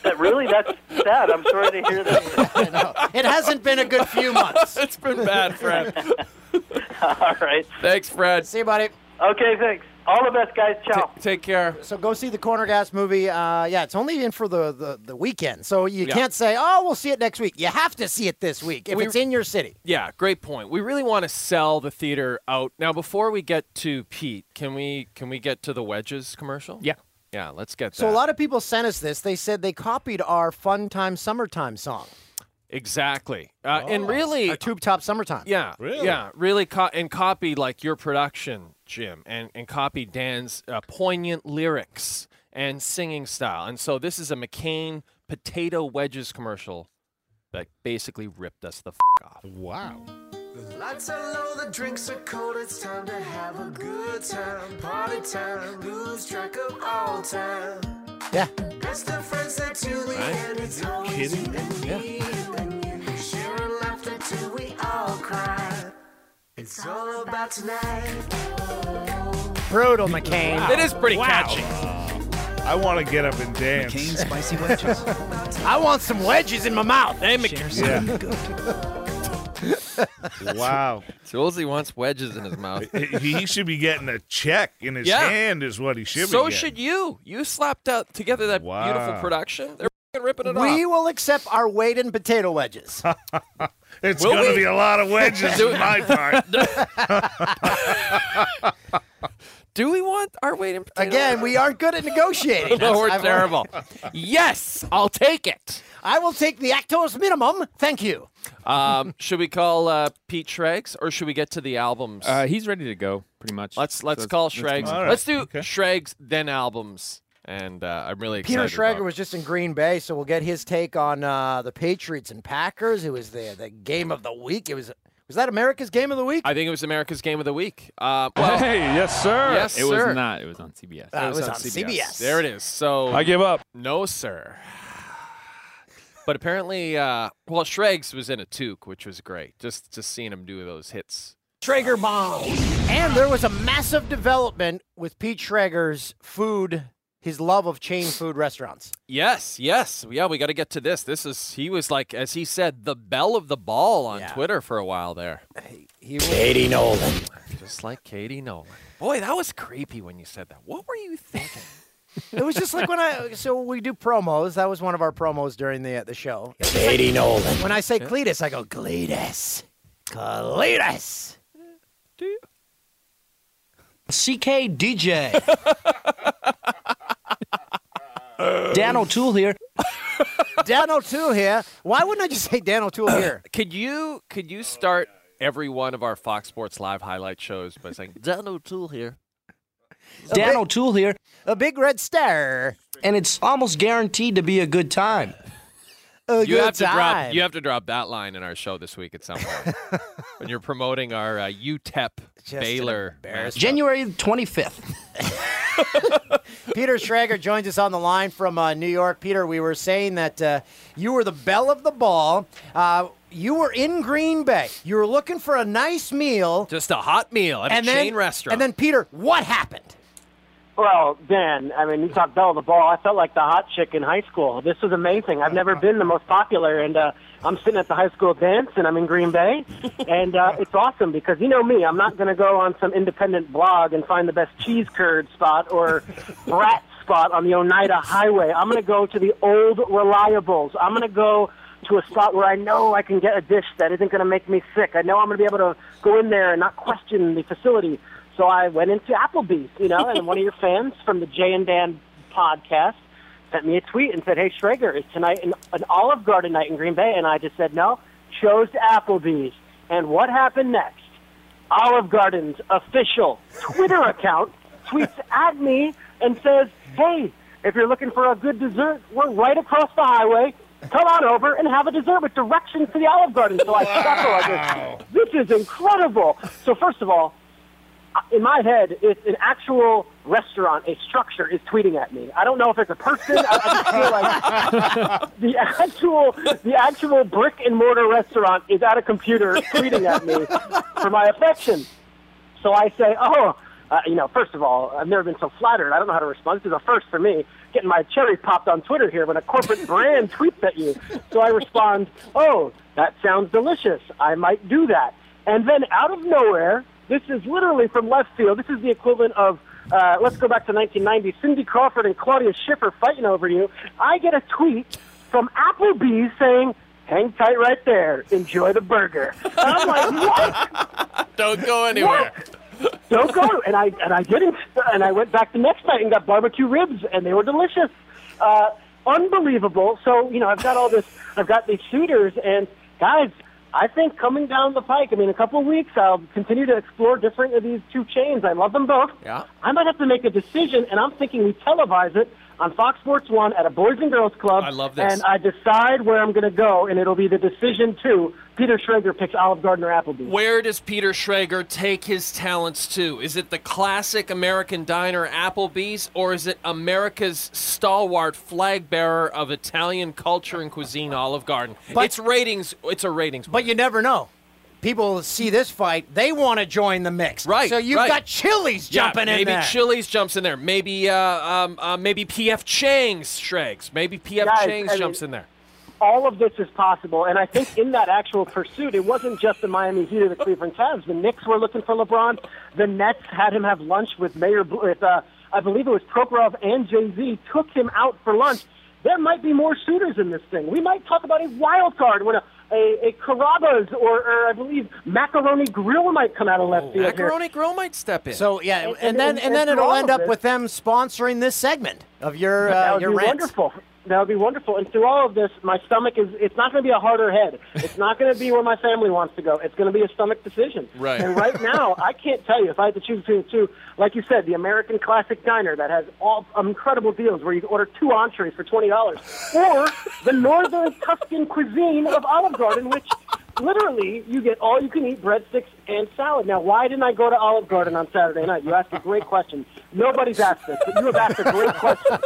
That really? That's sad. I'm sorry to hear that. It hasn't been a good few months. it's been bad, Fred. All right. Thanks, Fred. See you, buddy. Okay, thanks. All the best, guys. Ciao. take care. So go see the Corner Gas movie. Uh, yeah, it's only in for the, the, the weekend. So you Yeah. can't say, oh, we'll see it next week. You have to see it this week if We- it's in your city. Yeah, great point. We really want to sell the theater out. Now, before we get to Pete, can we can we get to the wedges commercial? Yeah. Yeah, let's get So that. a lot of people sent us this. They said they copied our Fun Time Summertime song. Exactly. Uh, Oh. And really, Our Tube Top Summertime. Yeah, yeah, really, co- and copy like your production, Jim, and and copy Dan's uh, poignant lyrics and singing style. And so this is a McCain potato wedges commercial that basically ripped us the f- off. Wow. Lights are low, the drinks are cold, it's time to have a good time. Party time, lose track of all time. Yeah. Best of friends that till the Right. end, it's always Kidding? you and me. And you share a laughter till we all cry. It's all about tonight. Brutal, McCain. It is pretty catchy. I want to get up and dance. McCain's spicy wedges. I want some wedges in my mouth. eh? Hey, something wow. Toolsy wants wedges in his mouth. he should be getting a check in his Yeah. hand, is what he should so be. getting. should you. You slapped out together that beautiful Wow. production. They're f***ing ripping it We off. will accept our weight in potato wedges. It's Will gonna we? be a lot of wedges Do- on my part. Do we want our weight in potato? Again, we aren't good at negotiating. No, we're I've- terrible. yes, I'll take it. I will take the actor's minimum. Thank you. Um, should we call uh, Pete Shregs or should we get to the albums? Uh, he's ready to go, pretty much. let's let's So call let's go. Shregs. Let's, do Shregs then albums. And uh, I'm really Peter excited. Schrager was just in Green Bay, so we'll get his take on uh, the Patriots and Packers. It was the the game of the week. It was was that America's game of the week? I think it was America's Game of the Week. Uh, well, Hey, yes, sir. Yes, It was sir. not. It was on CBS. Uh, It was on CBS. There it is. So I give up. No, sir. But apparently, uh, well, Shregs was in a toque, which was great. Just just seeing him do those hits. Traeger bomb. And there was a massive development with Pete Schrager's food, his love of chain food restaurants. Yes, yes, yeah. We got to get to this. This is he was like, as he said, the bell of the ball on Twitter for a while there. He was- Katie Nolan. just like Katie Nolan. Boy, that was creepy when you said that. What were you thinking? It was just like when I so we do promos. That was one of our promos during the the show. It's just Katie like- Nolan. When I say Cletus, I go Cletus, Cletus. CK DJ. Dan O'Toole here. Dan O'Toole here. Why wouldn't I just say Dan O'Toole here? Could you could you start every one of our Fox Sports Live highlight shows by saying Dan O'Toole here? Dan O'Toole here. A big red star. And it's almost guaranteed to be a good time. you have to drop you have to drop that line in our show this week at some point when you're promoting our uh, UTEP Baylor. match. January 25th. Peter Schrager joins us on the line from uh, New York. Peter, we were saying that uh, you were the belle of the ball. Uh, you were in Green Bay. You were looking for a nice meal. Just a hot meal at a and then, chain restaurant. And then, Peter, what happened? Well, Dan, I mean, you talk bell of the ball. I felt like the hot chick in high school. This was amazing. I've never been the most popular, and uh, I'm sitting at the high school dance, and I'm in Green Bay, and uh, it's awesome because you know me. I'm not going to go on some independent blog and find the best cheese curd spot or brat spot on the Oneida Highway. I'm going to go to the old reliables. I'm going to go to a spot where I know I can get a dish that isn't going to make me sick. I know I'm going to be able to go in there and not question the facility. So I went into Applebee's, you know, and one of your fans from the Jay and Dan podcast sent me a tweet and said, "Hey Schrager, is tonight an, an Olive Garden night in Green Bay?" And I just said no, chose Applebee's. And what happened next? Olive Garden's official Twitter account tweets at me and says, "Hey, if you're looking for a good dessert, we're right across the highway. Come on over and have a dessert with directions to the Olive Garden." So I chuckle. I go, "This is incredible." So first of all, in my head, it's an actual restaurant, a structure is tweeting at me. I don't know if it's a person. I, I just feel like the actual the actual brick and mortar restaurant is at a computer tweeting at me for my affection. So I say, oh, uh, you know, first of all, I've never been so flattered. I don't know how to respond. This is a first for me, getting my cherry popped on Twitter here when a corporate brand tweets at you. So I respond, oh, that sounds delicious. I might do that. And then out of nowhere, this is literally from left field. This is the equivalent of, uh, let's go back to 1990, Cindy Crawford and Claudia Schiffer fighting over you. I get a tweet from Applebee's saying, hang tight right there. Enjoy the burger. And I'm like, what? Don't go anywhere. don't go. And I and I didn't. And I went back the next night and got barbecue ribs, and they were delicious, uh, unbelievable. So you know, I've got all this. I've got these shooters, and guys, I think coming down the pike. I mean, in a couple of weeks, I'll continue to explore different of these two chains. I love them both. Yeah. I might have to make a decision, and I'm thinking we televise it. on Fox Sports One at a Boys and Girls Club. I love this. And I decide where I'm going to go, and it'll be the decision to Peter Schrager picks Olive Garden or Applebee's. Where does Peter Schrager take his talents to? Is it the classic American diner Applebee's, or is it America's stalwart flag bearer of Italian culture and cuisine, Olive Garden? it's ratings. It's a ratings. But you never know. People see this fight, they want to join the mix. Right. So you've right. got Chili's Yeah, jumping maybe in there. Chili's jumps in there. Maybe uh, um, uh, maybe PF Chang's Shregs. Maybe PF Guys, Chang's I mean- jumps in there. all of this is possible. And I think in that actual pursuit, it wasn't just the Miami Heat or the Cleveland Cavs. The Knicks were looking for LeBron. The Nets had him have lunch with Mayor Bl- with uh, I believe it was Prokhorov and Jay Z took him out for lunch. There might be more shooters in this thing. We might talk about a wild card when a a, a Carrabba's or, or I believe Macaroni Grill might come out of left field. here. Macaroni Grill might step in. So yeah, And- Oh, and, then and- and then and it'll all end of up it- with them sponsoring this segment of your that uh, would your be rant. wonderful. That would be wonderful. And through all of this, my stomach is—it's not going to be a harder head. It's not going to be where my family wants to go. It's going to be a stomach decision. Right. And right now, I can't tell you if I had to choose between the two. Like you said, the American Classic Diner that has all incredible deals where you can order two entrees for twenty dollars, or the Northern Tuscan cuisine of Olive Garden, which. Literally, you get all you can eat breadsticks and salad. Now, why didn't I go to Olive Garden on Saturday night? You asked a great question. Nobody's asked this, but you have asked a great question.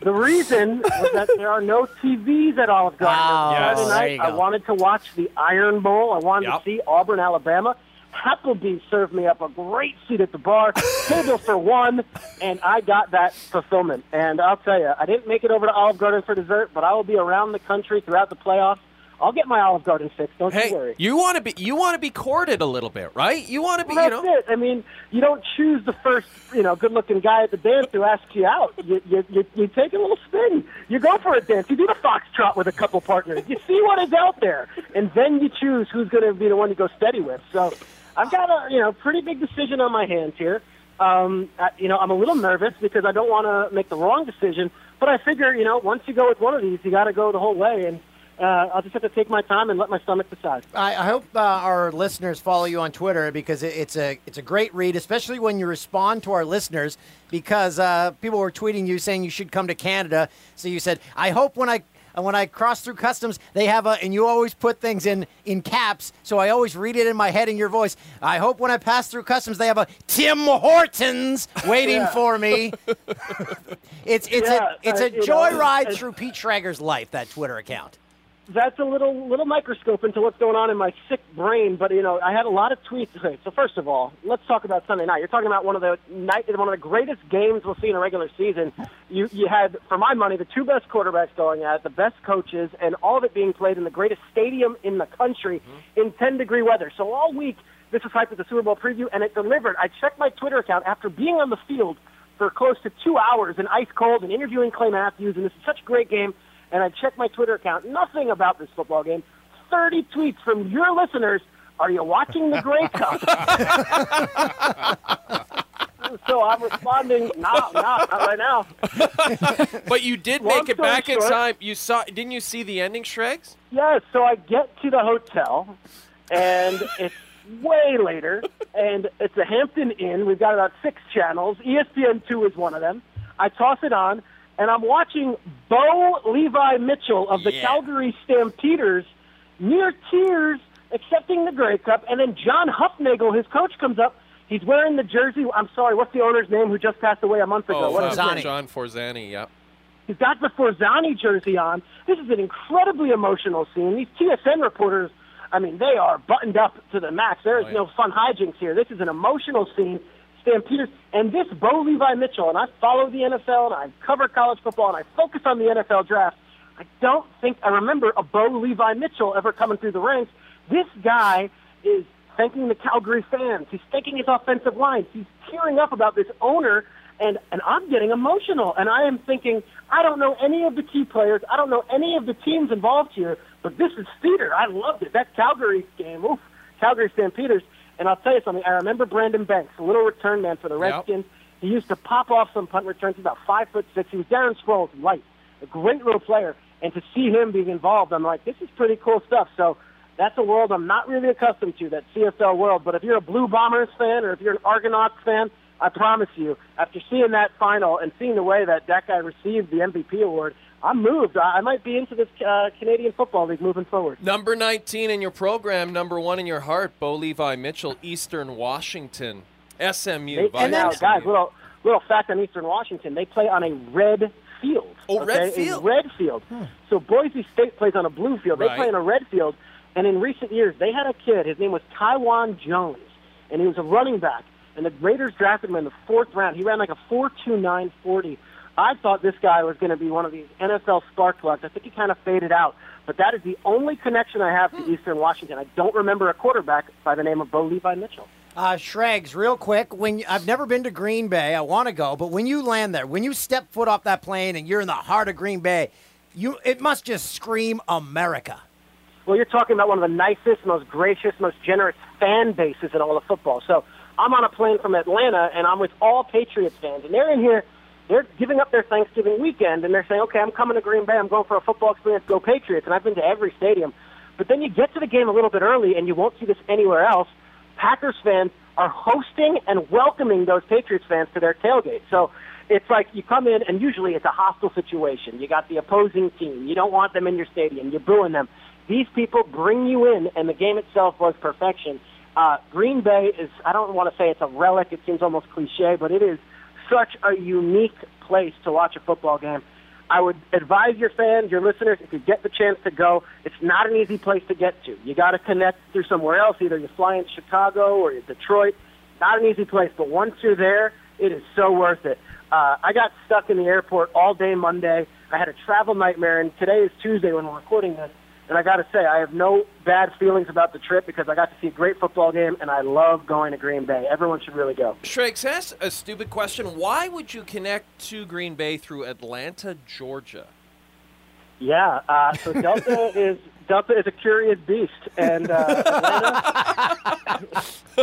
The reason was that there are no TVs at Olive Garden. Oh, Saturday yes. there night, you I go. wanted to watch the Iron Bowl. I wanted Yep. to see Auburn, Alabama. Applebee served me up a great seat at the bar, table for one, and I got that fulfillment. And I'll tell you, I didn't make it over to Olive Garden for dessert, but I will be around the country throughout the playoffs. I'll get my Olive Garden fix. Don't Hey, you worry. you want to be you want to be courted a little bit, right? You want to be, Well, you that's know. it. I mean, you don't choose the first, you know, good-looking guy at the dance who asks you out. You, you, you, you take a little spin. You go for a dance. You do the foxtrot with a couple partners. You see what is out there, and then you choose who's going to be the one to go steady with. So, I've got a, you know, pretty big decision on my hands here. Um, I, you know, I'm a little nervous because I don't want to make the wrong decision. But I figure, you know, once you go with one of these, you got to go the whole way, and uh, I'll just have to take my time and let my stomach decide. I, I hope uh, our listeners follow you on Twitter because it, it's a it's a great read, especially when you respond to our listeners. Because uh, people were tweeting you saying you should come to Canada, so you said, "I hope when I uh, when I cross through customs they have a." And you always put things in in caps, so I always read it in my head in your voice. I hope when I pass through customs they have a Tim Hortons waiting Yeah. for me. it's it's Yeah, a it's uh, a you know, joyride it's- through Pete Schrager's life. That Twitter account. that's a little little microscope into what's going on in my sick brain. But you know, I had a lot of tweets. Okay, so first of all, let's talk about Sunday night. You're talking about one of the night, one of the greatest games we'll see in a regular season. You you had, for my money, the two best quarterbacks going at it, the best coaches, and all of it being played in the greatest stadium in the country in 10 degree weather. So all week, this was hyped with the Super Bowl preview, and it delivered. I checked my Twitter account after being on the field for close to two hours in ice cold and interviewing Clay Matthews, and this is such a great game. And I checked my Twitter account, nothing about this football game. 30 tweets from your listeners. Are you watching the Grey Cup? so I'm responding, nah, nah, not right now. But you did Long make it story back in short- time. You saw didn't you see the ending, Shregs? Yeah, so I get to the hotel, and it's way later, and it's a Hampton Inn. We've got about six channels. E ESPN2 is one of them. I toss it on, and I'm watching Bo Levi Mitchell of the Calgary Stampeders near tears accepting the Grey Cup, and then John Huffnagel, his coach, comes up. He's wearing the jersey. I'm sorry, what's the owner's name who just passed away a month ago? What's his name? Oh, uh, John Forzani, yeah. He's got the Forzani jersey on. This is an incredibly emotional scene. These TSN reporters, I mean, they are buttoned up to the max. There is Oh, yeah. no fun hijinks here. This is an emotional scene. Stampeders and this Bo Levi Mitchell, and I follow the NFL and I cover college football and I focus on the NFL draft. I don't think I remember a Bo Levi Mitchell ever coming through the ranks. This guy is thanking the Calgary fans. He's thanking his offensive lines. He's tearing up about this owner, and, and I'm getting emotional. And I am thinking, I don't know any of the key players. I don't know any of the teams involved here, but this is theater. I loved it. That Calgary game, oof, Calgary Stampeders. And I'll tell you something. I remember Brandon Banks, a little return man for the Redskins. He used to pop off some punt returns. He's about five foot six. He was Darren Sproles, light, a great little player. And to see him being involved, I'm like, this is pretty cool stuff. So that's a world I'm not really accustomed to, that CFL world. But if you're a Blue Bombers fan or if you're an Argonauts fan, I promise you, after seeing that final and seeing the way that that guy received the MVP award, I'm moved. I, I might be into this uh, Canadian Football League moving forward. Number 19 in your program, number one in your heart, Bo Levi Mitchell, Eastern Washington, SMU. They- Vikings. and now, guys, little little fact on Eastern Washington: they play on a red field. Oh, red okay? A field. Hmm. red field. So Boise State plays on a blue field. They Right. play in a red field. And in recent years, they had a kid. His name was Taiwan Jones, and he was a running back. And the Raiders drafted him in the fourth round. He ran like a four two nine forty. I thought this guy was going to be one of these NFL spark plugs. I think he kind of faded out. But that is the only connection I have Hmm. to Eastern Washington. I don't remember a quarterback by the name of Bo Levi Mitchell. Uh, Shregs, real quick. When you, I've never been to Green Bay, I want to go, but when you land there, when you step foot off that plane and you're in the heart of Green Bay, you it must just scream America. Well, you're talking about one of the nicest, most gracious, most generous fan bases in all of football. So I'm on a plane from Atlanta, and I'm with all Patriots fans, and they're in here. They're giving up their Thanksgiving weekend, and they're saying, "Okay, I'm coming to Green Bay. I'm going for a football experience. Go Patriots!" And I've been to every stadium. But then you get to the game a little bit early, and you won't see this anywhere else. Packers fans are hosting and welcoming those Patriots fans to their tailgate. So it's like you come in, and usually it's a hostile situation. You got the opposing team. You don't want them in your stadium. You're booing them. These people bring you in, and the game itself was perfection. Uh, Green Bay is, I don't want to say it's a relic, it seems almost cliche, but it is such a unique place to watch a football game. I would advise your fans, your listeners, if you get the chance to go, it's not an easy place to get to. You got to connect through somewhere else. Either you fly into Chicago or you're Detroit. Not an easy place, but once you're there, it is so worth it. Uh, I got stuck in the airport all day Monday. I had a travel nightmare, and today is Tuesday when we're recording this. And I got to say, I have no bad feelings about the trip because I got to see a great football game, and I love going to Green Bay. Everyone should really go. Shrakes, ask a stupid question. Why would you connect to Green Bay through Atlanta, Georgia? Yeah. Uh, so Delta is Delta is a curious beast, and uh, Atlanta,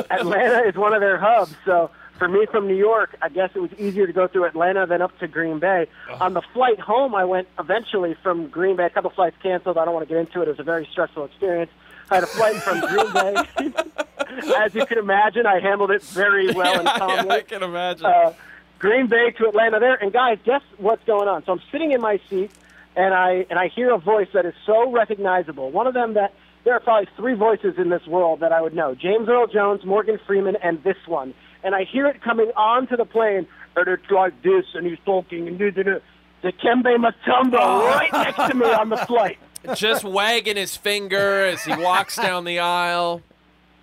Atlanta is one of their hubs. So for me from New York, I guess it was easier to go through Atlanta than up to Green Bay. On the flight home, I went eventually from Green Bay. A couple flights canceled. I don't want to get into it. It was a very stressful experience. I had a flight from Green Bay. As you can imagine, I handled it very well and Yeah, calmly. yeah, I can imagine. Uh, Green Bay to Atlanta there. And guys, guess what's going on? So I'm sitting in my seat, and I and I hear a voice that is so recognizable. One of them that there are probably three voices in this world that I would know: James Earl Jones, Morgan Freeman, and this one. And I hear it coming onto the plane, and it's like this, and he's talking, and da da da. Dikembe Mutombo Oh. right next to me on the flight. Just wagging his finger as he walks down the aisle.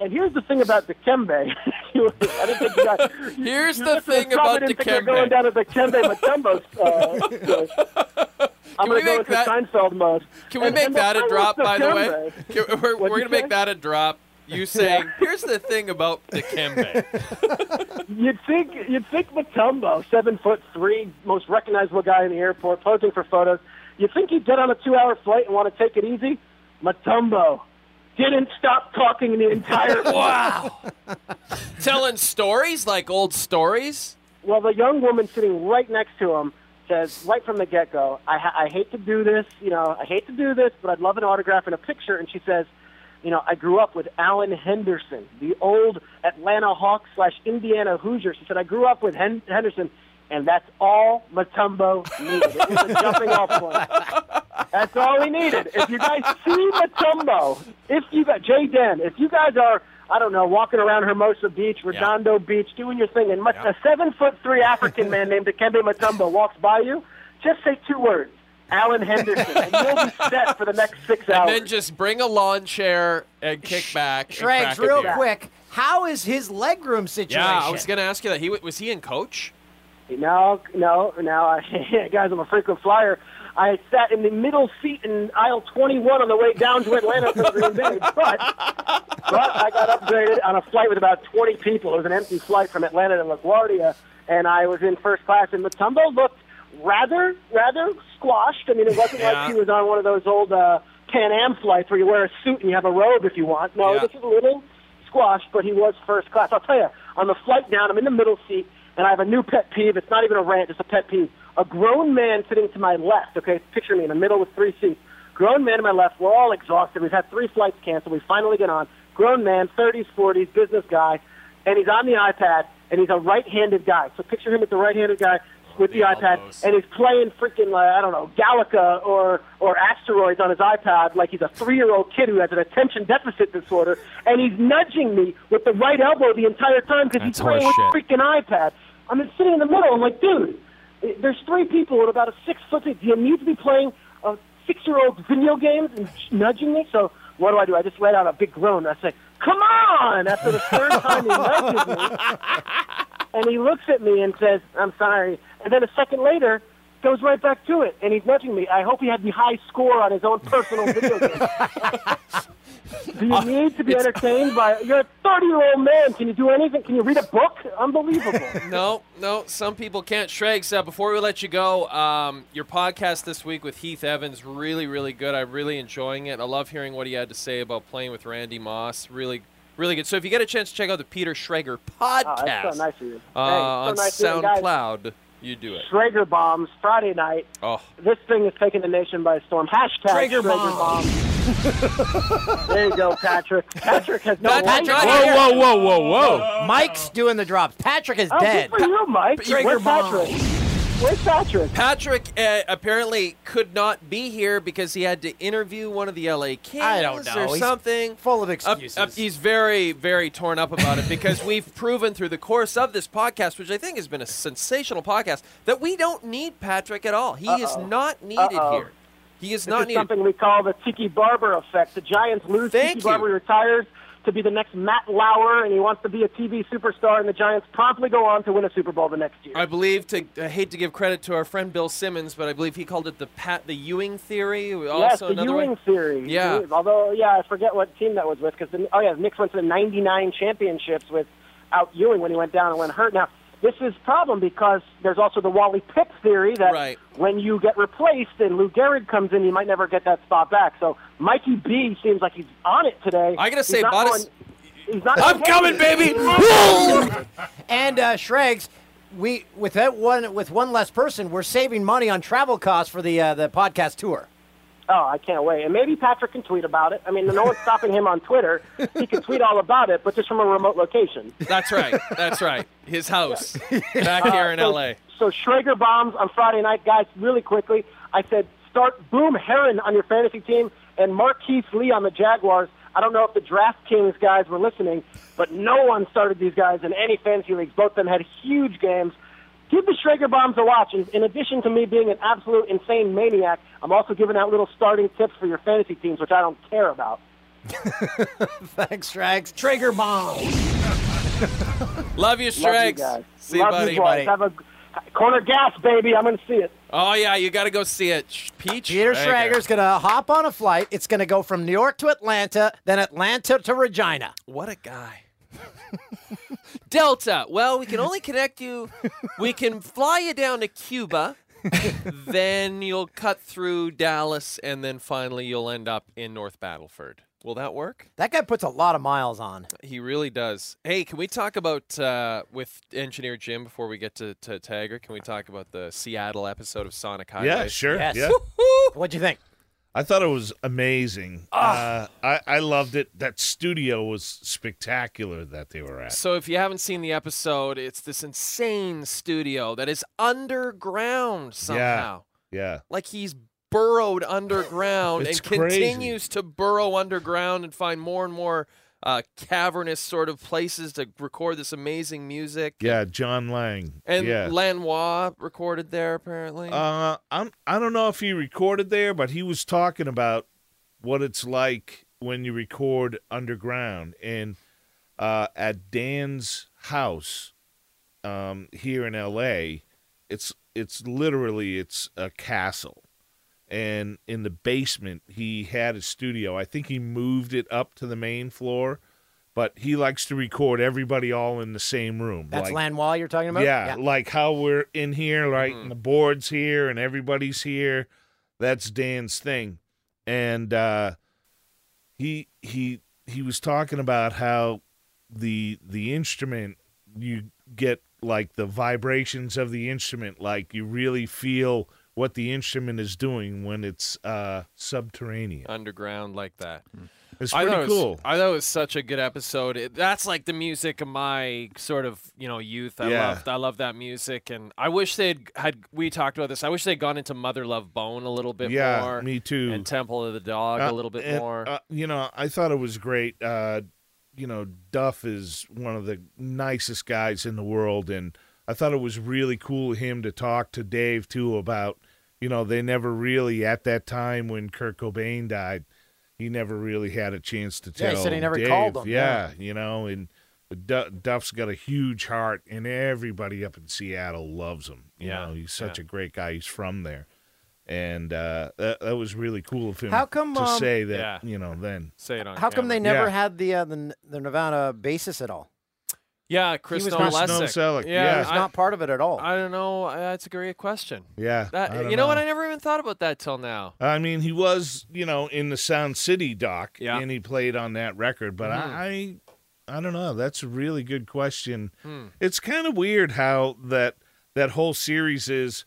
And here's the thing about Dikembe. He was- I didn't think he got, Here's you the look at this thing about Robin and think you're Dikembe. going down to Dikembe Mutombo. Uh, I'm we going to go make into that- Seinfeld mode. Can we And- make and that the a thing drop, with by the way? Dikembe- Can- We're, we're What'd going you to make say? that a drop. You saying, here's the thing about Dikembe. You'd think you'd think Matumbo, seven foot three, most recognizable guy in the airport, posing for photos. You'd think he'd get on a two hour flight and want to take it easy. Matumbo didn't stop talking the entire Wow. Telling stories like old stories? Well, the young woman sitting right next to him says, right from the get go, I, ha- I hate to do this, you know, I hate to do this, but I'd love an autograph and a picture. And she says, you know, I grew up with Alan Henderson, the old Atlanta Hawk slash Indiana Hoosier. She said, I grew up with Hen- Henderson, and that's all Matumbo needed. It was a jumping off point. That's all he needed. If you guys see Matumbo, if you got Jay Den, if you guys are, I don't know, walking around Hermosa Beach, Redondo Beach, doing your thing, and much, a seven foot three African man named Dikembe Matumbo walks by you, just say two words. Alan Henderson, and you'll be set for the next six And hours. then just bring a lawn chair and kick back. and crack Shregs, a real beer. quick, how is his legroom situation? Yeah, I was going to ask you that. He wa- Was he in coach? No, no, no. I, guys, I'm a frequent flyer. I sat in the middle seat in aisle 21 on the way down to Atlanta from Green Bay, but, but I got upgraded on a flight with about 20 people. It was an empty flight from Atlanta to LaGuardia, and I was in first class. And Matumbo looked rather, rather squashed. I mean, it wasn't Yeah. like he was on one of those old uh, Pan Am flights where you wear a suit and you have a robe if you want. No, Yeah. this is a little squashed, but he was first class. I'll tell you, on the flight down, I'm in the middle seat, and I have a new pet peeve. It's not even a rant, it's a pet peeve. A grown man sitting to my left, okay, picture me in the middle with three seats. Grown man to my left, we're all exhausted. We've had three flights canceled. We finally get on. Grown man, 30s, 40s, business guy, and he's on the iPad, and he's a right-handed guy. So picture him as a right-handed guy with the, iPad, and he's playing freaking like, I don't know Galaga or or asteroids on his iPad like he's a three-year-old kid who has an attention deficit disorder, and he's nudging me with the right elbow the entire time because he's That's playing with horseshit. the freaking iPad. I'm just sitting in the middle. I'm like, dude, there's three people at about a six foot. Do you need to be playing a six-year-old video games and nudging me? So what do I do? I just let out a big groan. I say, come on! After the third time he nudges me, and he looks at me and says, I'm sorry. And then a second later, goes right back to it, and he's nudging me. I hope he had the high score on his own personal video game. do you need to be entertained by, you're a 30-year-old man. Can you do anything? Can you read a book? Unbelievable. no, no. Some people can't shake. So before we let you go, um, your podcast this week with Heath Evans really, really good. I'm really enjoying it. I love hearing what he had to say about playing with Randy Moss. Really, really good. So if you get a chance to check out the Peter Schrager podcast Oh, that's so nice of you. uh, on Hey, so nice of you guys. SoundCloud, you do it. Schrager bombs Friday night. Oh, This thing is taking the nation by storm. Hashtag Traeger, bomb. there you go, Patrick. Patrick has no life. whoa, whoa! Mike's doing the drops. Patrick is Oh, dead. good for you, Mike. Traeger Where's bomb. Patrick? Where's Patrick? Patrick uh, apparently could not be here because he had to interview one of the LA Kings I don't know. or He's something. full of Up- excuses. up- he's very, very torn up about it because we've proven through the course of this podcast, which I think has been a sensational podcast, that we don't need Patrick at all. He is Uh-oh. not needed Uh-oh. here. He is This not is needed. something we call the Tiki Barber effect. The Giants lose. Tiki you. Barber retires to be the next Matt Lauer, and he wants to be a TV superstar. And the Giants promptly go on to win a Super Bowl the next year. I believe to I hate to give credit to our friend Bill Simmons, but I believe he called it the Pat the Ewing theory. Also yes, the another Ewing one. theory. Yeah. Although, yeah, I forget what team that was with because oh yeah, the Knicks went to the '99 championships with out Ewing when he went down and went hurt. Now this is a problem because there's also the Wally Pipp theory that Right. when you get replaced and Lou Gehrig comes in, you might never get that spot back. So Mikey B seems like he's on it today. I gotta He's say, not Bodice- going- he's not I'm coming, baby! and uh, Shregs, we with that one with one less person, we're saving money on travel costs for the uh, the podcast tour. Oh, I can't wait. And maybe Patrick can tweet about it. I mean, no one's stopping him on Twitter. He can tweet all about it, but just from a remote location. That's right. That's right. His house back here Uh, in so- LA. So Schrager bombs on Friday night, guys. Really quickly, I said start Boom Heron on your fantasy team and Marquise Lee on the Jaguars. I don't know if the DraftKings guys were listening, but no one started these guys in any fantasy leagues. Both of them had huge games. Give the Schrager bombs a watch. In- In addition to me being an absolute insane maniac, I'm also giving out little starting tips for your fantasy teams, which I don't care about. Thanks, Shregs. Traeger bomb. Love you, Love you Strikes. guys. See Love buddy. you boys. Have a corner gas, baby. I'm gonna see it. Oh yeah, you got to go see it. Sh- Peach. Peter Schrager's gonna hop on a flight. It's gonna go from New York to Atlanta, then Atlanta to Regina. What a guy. Delta. Well, we can only connect you. We can fly you down to Cuba. then you'll cut through Dallas, and then finally you'll end up in North Battleford. Will that work? That guy puts a lot of miles on. He really does. Hey, can we talk about uh, with engineer Jim before we get to, to Tiger? Can we talk about the Seattle episode of Sonic Highway? Yeah, sure. Yeah. What'd you think? I thought it was amazing. Uh, Ah. I, I loved it. That studio was spectacular that they were at. So if you haven't seen the episode, it's this insane studio that is underground somehow. Yeah. Like he's burrowed underground It's and crazy. continues to burrow underground and find more and more uh, cavernous sort of places to record this amazing music. Yeah. John Lang. And yeah. Lanois recorded there apparently. Uh, I'm, I don't know if he recorded there, but he was talking about what it's like when you record underground. And uh, at Dan's house um, here in L.A., it's it's literally it's a castle. And in the basement, he had a studio. I think he moved it up to the main floor, but he likes to record everybody all in the same room. That's like- Land Wall you're talking about? Mm-hmm. yeah, like how we're in here, right? And the board's here and everybody's here. That's Dan's thing. And uh he he he was talking about how the the instrument you get like the vibrations of the instrument, like you really feel what the instrument is doing when it's uh subterranean. Underground like that. Mm. It's I pretty thought it was- cool. I thought it was such a good episode. It- that's like the music of my sort of you know youth. I Yeah. loved. I love that music, and I wish they had had. We talked about this. I wish they'd gone into Mother Love Bone a little bit Yeah, more. me too. And Temple of the Dog Uh, a little bit and, more. uh, you know, I thought it was great. Uh, you know, Duff is one of the nicest guys in the world, and I thought it was really cool of him to talk to Dave too about. You know, they never really at that time when Kurt Cobain died, he never really had a chance to Yeah, tell. he said he never Dave. called him, Yeah, yeah. you know, and Du- Duff's got a huge heart, and everybody up in Seattle loves him. You Yeah, know, he's such yeah. a great guy. He's from there, and uh, that, that was really cool of him How come, to um, say that Yeah. you know then Say it on. How come camera. they never had the, uh, the the Nirvana basis at all? Yeah, Chris was Novoselic. not- Chris Novoselic, yeah. He was not part of it at all. I don't know. Uh, That's a great question. yeah That, I you don't know, what? I never even thought about that till now. I mean he was you know in the Sound City doc Yeah. Mm-hmm. and he played on that record but I I don't know that's a really good question Hmm. it's kind of weird how that that whole series is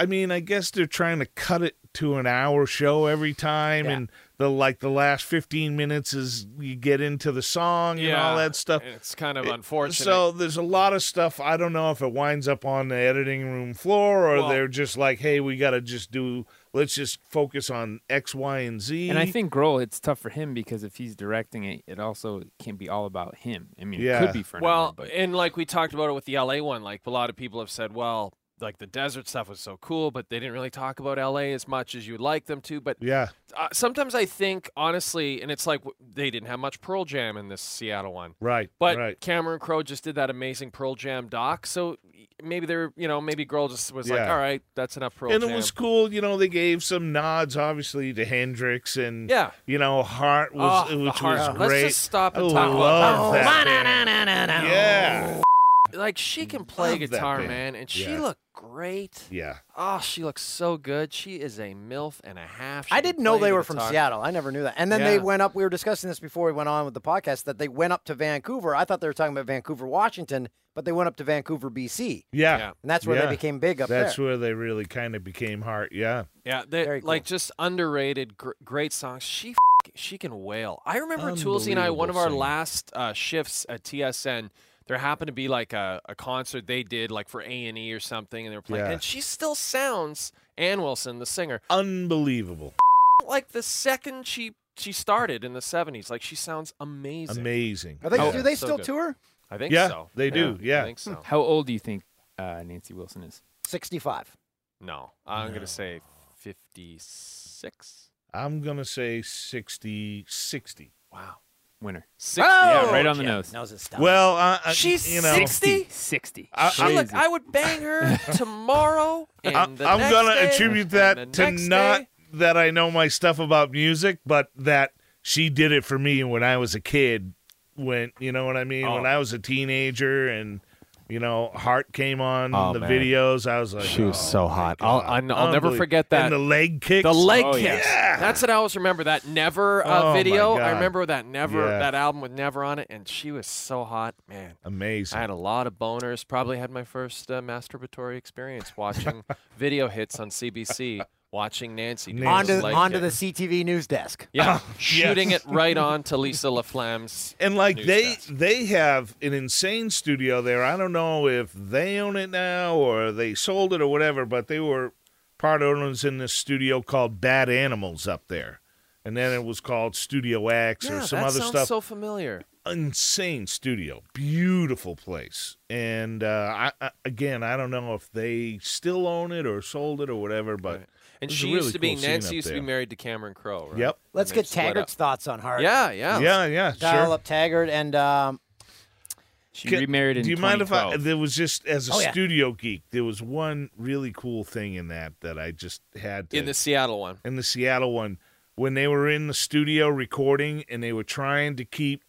I mean I guess they're trying to cut it to an hour show every time and the like the last 15 minutes is you get into the song and all that stuff It's kind of unfortunate. So there's a lot of stuff. I don't know if it winds up on the editing room floor or Well- they're just like, hey, we got to just do, let's just focus on X, Y, and Z. And I think Grohl, it's tough for him because if he's directing it, it also can be all about him. I mean, it Yeah. could be for an well, hour, but and like we talked about it with the LA one, like a lot of people have said, well, like the desert stuff was so cool, but they didn't really talk about LA as much as you'd like them to. But Yeah. uh, sometimes I think, honestly, and it's like w- they didn't have much Pearl Jam in this Seattle one. Right. But right. Cameron Crowe just did that amazing Pearl Jam doc, so maybe they're, you know, maybe Grohl just was like, Yeah. all right, that's enough Pearl and Jam. it was cool, you know. They gave some nods, obviously, to Hendrix, and Yeah. you know, Hart was, Oh, the which Heart was song. great. Let's just stop and I talk about love Oh, that. that. band. Na-na-na-na-na. Yeah. like she can play Love that guitar, band. man, and she Yeah. looked great. Yeah. Oh, she looks so good. She is a milf and a half. She I can didn't know play they the were from guitar. Seattle. I never knew that. And then Yeah. they went up. We were discussing this before we went on with the podcast that they went up to Vancouver. I thought they were talking about Vancouver, Washington, but they went up to Vancouver, BC. Yeah. And that's where Yeah. they became big up That's there. where they really kind of became Hart. Yeah. Yeah, they Very cool. like just underrated, gr- great songs. She f- she can wail. I remember Toolsy and I one of our Unbelievable singer. last uh, shifts at TSN. There happened to be like a, a concert they did like for A and E or something, and they were playing. Yeah. And she still sounds Ann Wilson, the singer, Unbelievable. like the second she she started in the seventies. Like she sounds amazing. Amazing. Are they, Oh, do they so still good. tour? I think Yeah, so. they do, yeah. I think so. how old do you think uh, Nancy Wilson is? 65. No, I'm gonna say fifty-six. I'm gonna say 60, 60. Wow, Winner. six. yeah, right on the Oh! yeah. nose. Nose is stuck. Well, uh, uh, She's you know, 60? 60. I- She look, Crazy. I would bang her tomorrow. And I, the I'm next gonna day, attribute and that the to next not day. that I know my stuff about music, but that she did it for me when I was a kid. When you know what I mean? When Oh. I was a teenager, and you know, Heart came on Oh, the man. videos. I was like, She was "Oh, so my hot. I'll- God." I'll- I'll never Unbelie- forget that. And the leg kicks. The leg Oh, kick. yeah. Yeah. That's what I always remember. That never Oh, uh, my video. I God. remember that never Yeah. that album with never on it, and she was so hot, man. Amazing. I had a lot of boners. Probably had my first uh, masturbatory experience watching video hits on CBC, watching Nancy do Nancy. Oh, this Onto, leg onto kick. the CTV news desk. yeah, Yes. shooting it right on to Lisa LaFlamme's. and like news they desk. they have an insane studio there. I don't know if they own it now or they sold it or whatever, but they were part owners in this studio called Bad Animals up there. And then it was called Studio X yeah, or some that other sounds stuff. so familiar. insane studio, beautiful place. And uh, I, I, again, I don't know if they still own it or sold it or whatever, but And it was she a really used to be cool scene up Nancy used to be there. married to Cameron Crowe. Right? Yep. Let's And they get split up. Taggart's thoughts on Hart. Yeah, yeah, Yeah, yeah, sure. Dial up Taggart and um, She Ca- remarried in Do you mind if I? 2012. There was just as a Oh, yeah. studio geek, there was one really cool thing in that that I just had to, In the Seattle one. in the Seattle one when they were in the studio recording and they were trying to keep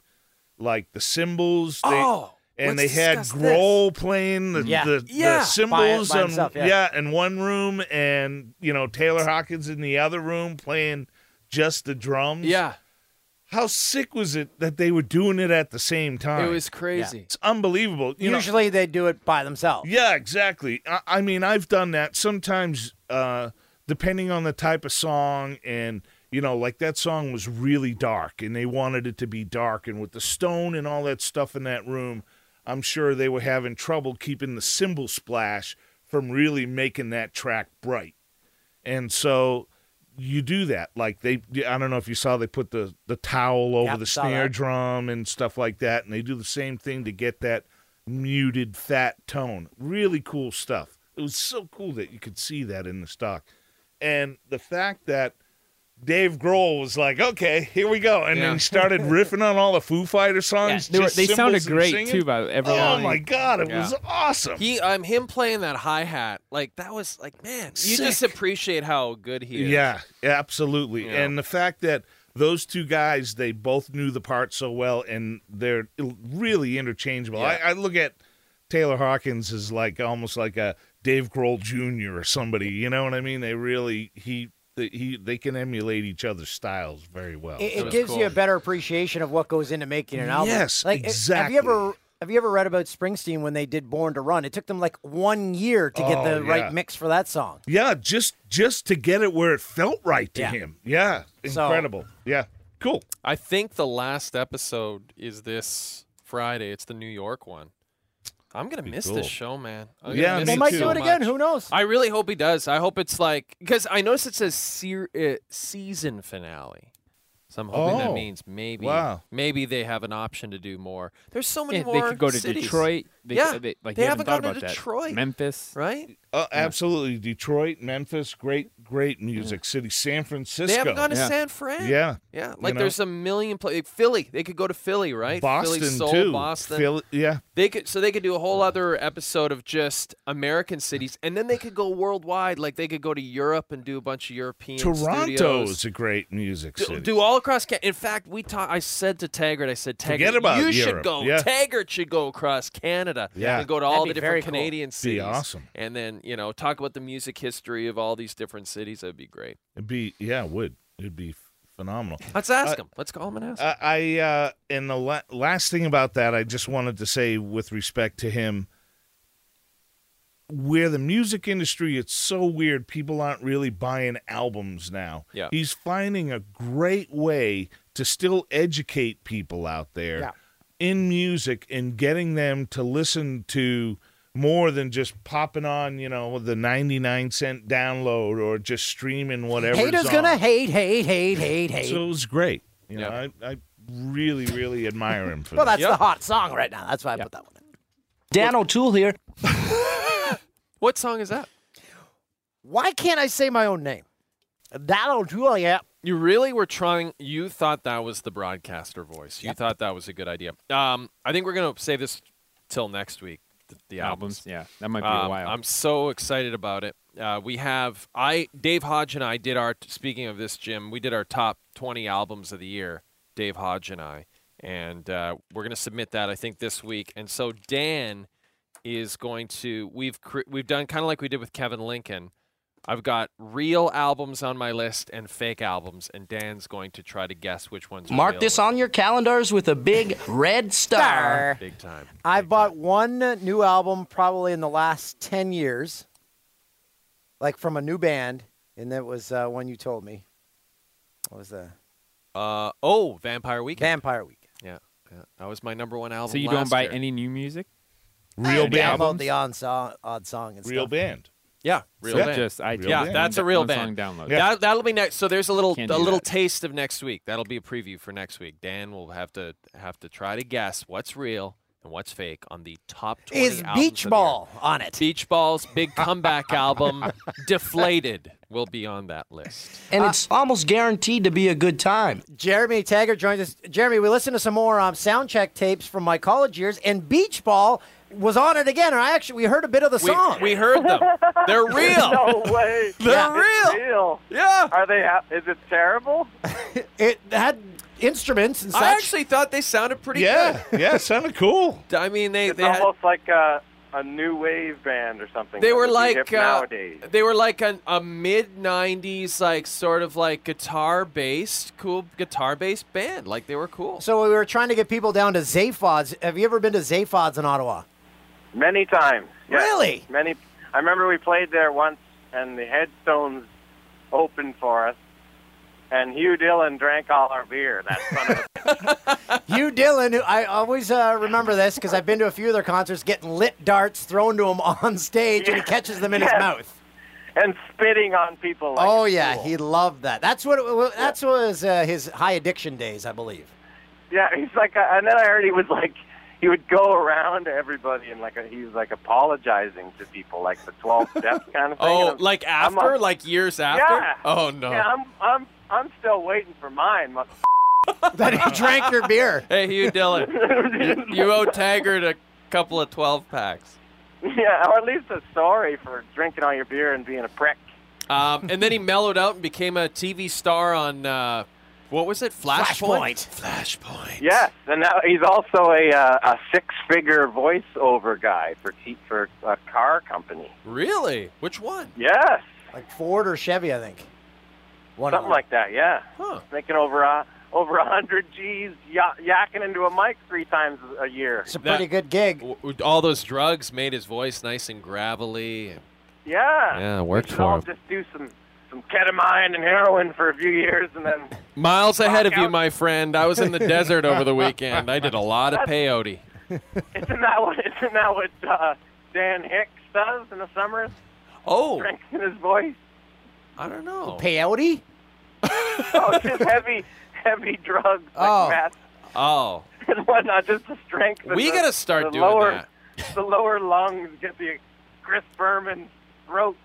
like the cymbals. They, Oh, and let's they had discuss Grohl playing the Yeah. the, Yeah. the cymbals By- by on- himself, yeah. in one room and you know Taylor Hawkins in the other room playing just the drums. Yeah, How sick was it that they were doing it at the same time? it was crazy. it's unbelievable. You know, usually they do it by themselves. yeah, exactly. I, I mean, I've done that sometimes, uh, depending on the type of song and you know, like that song was really dark and they wanted it to be dark. And with the stone and all that stuff in that room, I'm sure they were having trouble keeping the cymbal splash from really making that track bright. And so you do that. Like they, I don't know if you saw, they put the, the towel over Yep, the saw snare that. drum and stuff like that. And they do the same thing to get that muted, fat tone. Really cool stuff. It was so cool that you could see that in the stock. And the fact that Dave Grohl was like, okay, here we go. And Yeah. then started riffing on all the Foo Fighter songs. they were- just they sounded cymbals and great, singing. too, by the- every Oh, line. my God. It Yeah. was awesome. He, um, him playing that hi hat, like that was like, man, you just appreciate how good he is. Yeah, absolutely. Yeah. And the fact that those two guys, they both knew the part so well, and they're really interchangeable. Yeah. I, I look at Taylor Hawkins as like almost like a Dave Grohl Jr. or somebody. You know what I mean? They really he they- he they can emulate each other's styles very well. It, So it it's gives cool. you a better appreciation of what goes into making an album. Yes, like, it- Have exactly. you ever have you ever read about Springsteen when they did Born to Run? It took them like one year to get Oh, the yeah. right mix for that song. Yeah, just just to get it where it felt right to Yeah. him. Yeah, So- incredible. yeah, cool. I think the last episode is this Friday. It's the New York one. I'm gonna miss cool. this show, man. I'm gonna Yeah, miss me it They might so do it again, much. who knows? I really hope he does. I hope it's like because I noticed it says se- uh, season finale. So I'm hoping that Oh, means maybe wow. maybe they have an option to do more. There's so many Yeah, more. They could go to cities. Detroit. They, yeah, they, like, they you haven't gone thought to about that. Detroit. Memphis, right? Uh, absolutely. Detroit, Memphis, great, great music city. San Francisco. They haven't gone to San Fran. Yeah. yeah. You Like know? there's a million places. Philly, they could go to Philly, right? Boston Philly Soul, too. Boston, Philly- yeah. They could so they could do a whole other episode of just American cities, and then they could go worldwide. Like they could go to Europe and do a bunch of European Toronto studios. is a great music Do- city. Do all across Canada. In fact, we talked. I said to Taggart, I said, Taggart, Forget about you should Europe. go. Yeah. Taggart should go across Canada Yeah. and go to That'd all be the very different cool. Canadian Be cities. awesome. And then you know talk about the music history of all these different cities. That'd be great. It'd be yeah, it would. It'd be f- phenomenal. Let's ask Uh, him. Let's call him and ask. him. I, I uh, and the la- last thing about that, I just wanted to say with respect to him, where the music industry, it's so weird. People aren't really buying albums now. Yeah. he's finding a great way to still educate people out there Yeah. in music and getting them to listen to more than just popping on, you know, the ninety-nine cent download or just streaming whatever. Haters gonna hate, hate, hate, hate, hate. So it was great. You know, I, I really, really admire him for well, that. that's the hot song right now. That's why I put that one. in. Dan O'Toole here. what song is that? Why can't I say my own name? That'll do. Yeah. You really were trying. You thought that was the broadcaster voice. You thought that was a good idea. Um, I think we're gonna save this till next week. th- The albums, yeah, that might be a Um, while. I'm so excited about it. Uh, we have I, Dave Hodge and I did our. Speaking of this, Jim, we did our top 20 albums of the year. Dave Hodge and I, and uh, we're gonna submit that I think this week. And so Dan is going to. We've cre- we've done kind of like we did with Kevin Lincoln. I've got real albums on my list and fake albums, and Dan's going to try to guess which ones. are Mark real this on your calendars with a big red star. Big time. I've bought one new album probably in the last 10 years, like from a new band, and that was uh, one you told me. What was the Uh oh, Vampire Weekend. Vampire Weekend. Yeah, yeah. that was my number one album. So you don't last buy year. any new music? I download the on song, odd song and Real stuff. band. Yeah, real So band. just iTunes. yeah, Real that's a band. real One song band. download. Yeah. That, that'll be next. So there's a little Can't a do little taste of next week. That'll be a preview for next week. Dan will have to have to try to guess what's real and what's fake on the top 20 Is albums Beach of the Ball year. on it? Beach Ball's big comeback album, Deflated, will be on that list. And it's almost guaranteed to be a good time. uh, Jeremy Taggart joins us. Jeremy, we listened to some more um, soundcheck tapes from my college years, and Beach Ball was on it again. And I actually we heard a bit of the We- song. we heard them. They're real. No way. They're It's real. Yeah. Are they? Ha- is it terrible? It had instruments and such. I actually thought they sounded pretty Yeah, good. yeah, sounded cool. I mean, they It's they had- almost like a, a new wave band or something. They that were would be like hip uh, nowadays. they were like an, a mid '90s like sort of like guitar based cool guitar based band. Like they were cool. So we were trying to get people down to Zaphod's. Have you ever been to Zaphod's in Ottawa? Many times. yes. Really? Many. I remember we played there once, and the headstones opened for us, and Hugh Dillon drank all our beer. That son of a Hugh Dillon, who I always uh, remember this because I've been to a few of their concerts, getting lit darts thrown to him on stage, and he catches them in his Yes. mouth. and spitting on people. Like oh it's yeah, cool. he loved that. That's what. It, that's what was uh, his high addiction days, I believe. Oh. Yeah, he's like, a, and then I heard he was like, he would go around to everybody and like a, he was like apologizing to people, like the twelve steps kind of thing. And Oh, I'm- like I'm after, like years after. Yeah. Oh no. Yeah, I'm I'm I'm still waiting for mine. mother- that he drank your beer. Hey, Hugh Dillon, you, you owe Taggart a couple of twelve packs. yeah, or at least a sorry for drinking all your beer and being a prick. Um, and then he mellowed out and became a TV star on uh, what was it? Flashpoint. Flashpoint. Yes, and now he's also a uh, a six figure voiceover guy for te- for a car company. Really? Which one? Yes, Like Ford or Chevy, I think. One of something like that. Yeah, huh. making over uh, over a hundred G's, y- yakking into a mic three times a year. It's a pretty good gig. All those drugs made his voice nice and gravelly. Yeah. Yeah, it worked we should for all him. Just do some some ketamine and heroin for a few years, and then Miles ahead of you, my friend. I was in the desert over the weekend. I did a lot of peyote. isn't that what isn't that what uh, Dan Hicks does in the summers? Oh. drinks in his voice. I don't know. Peyote? oh, just heavy heavy drugs like Oh. meth Oh, and whatnot, just to strengthen. we the, gotta start the doing lower, that. The lower lungs get the Chris Berman throat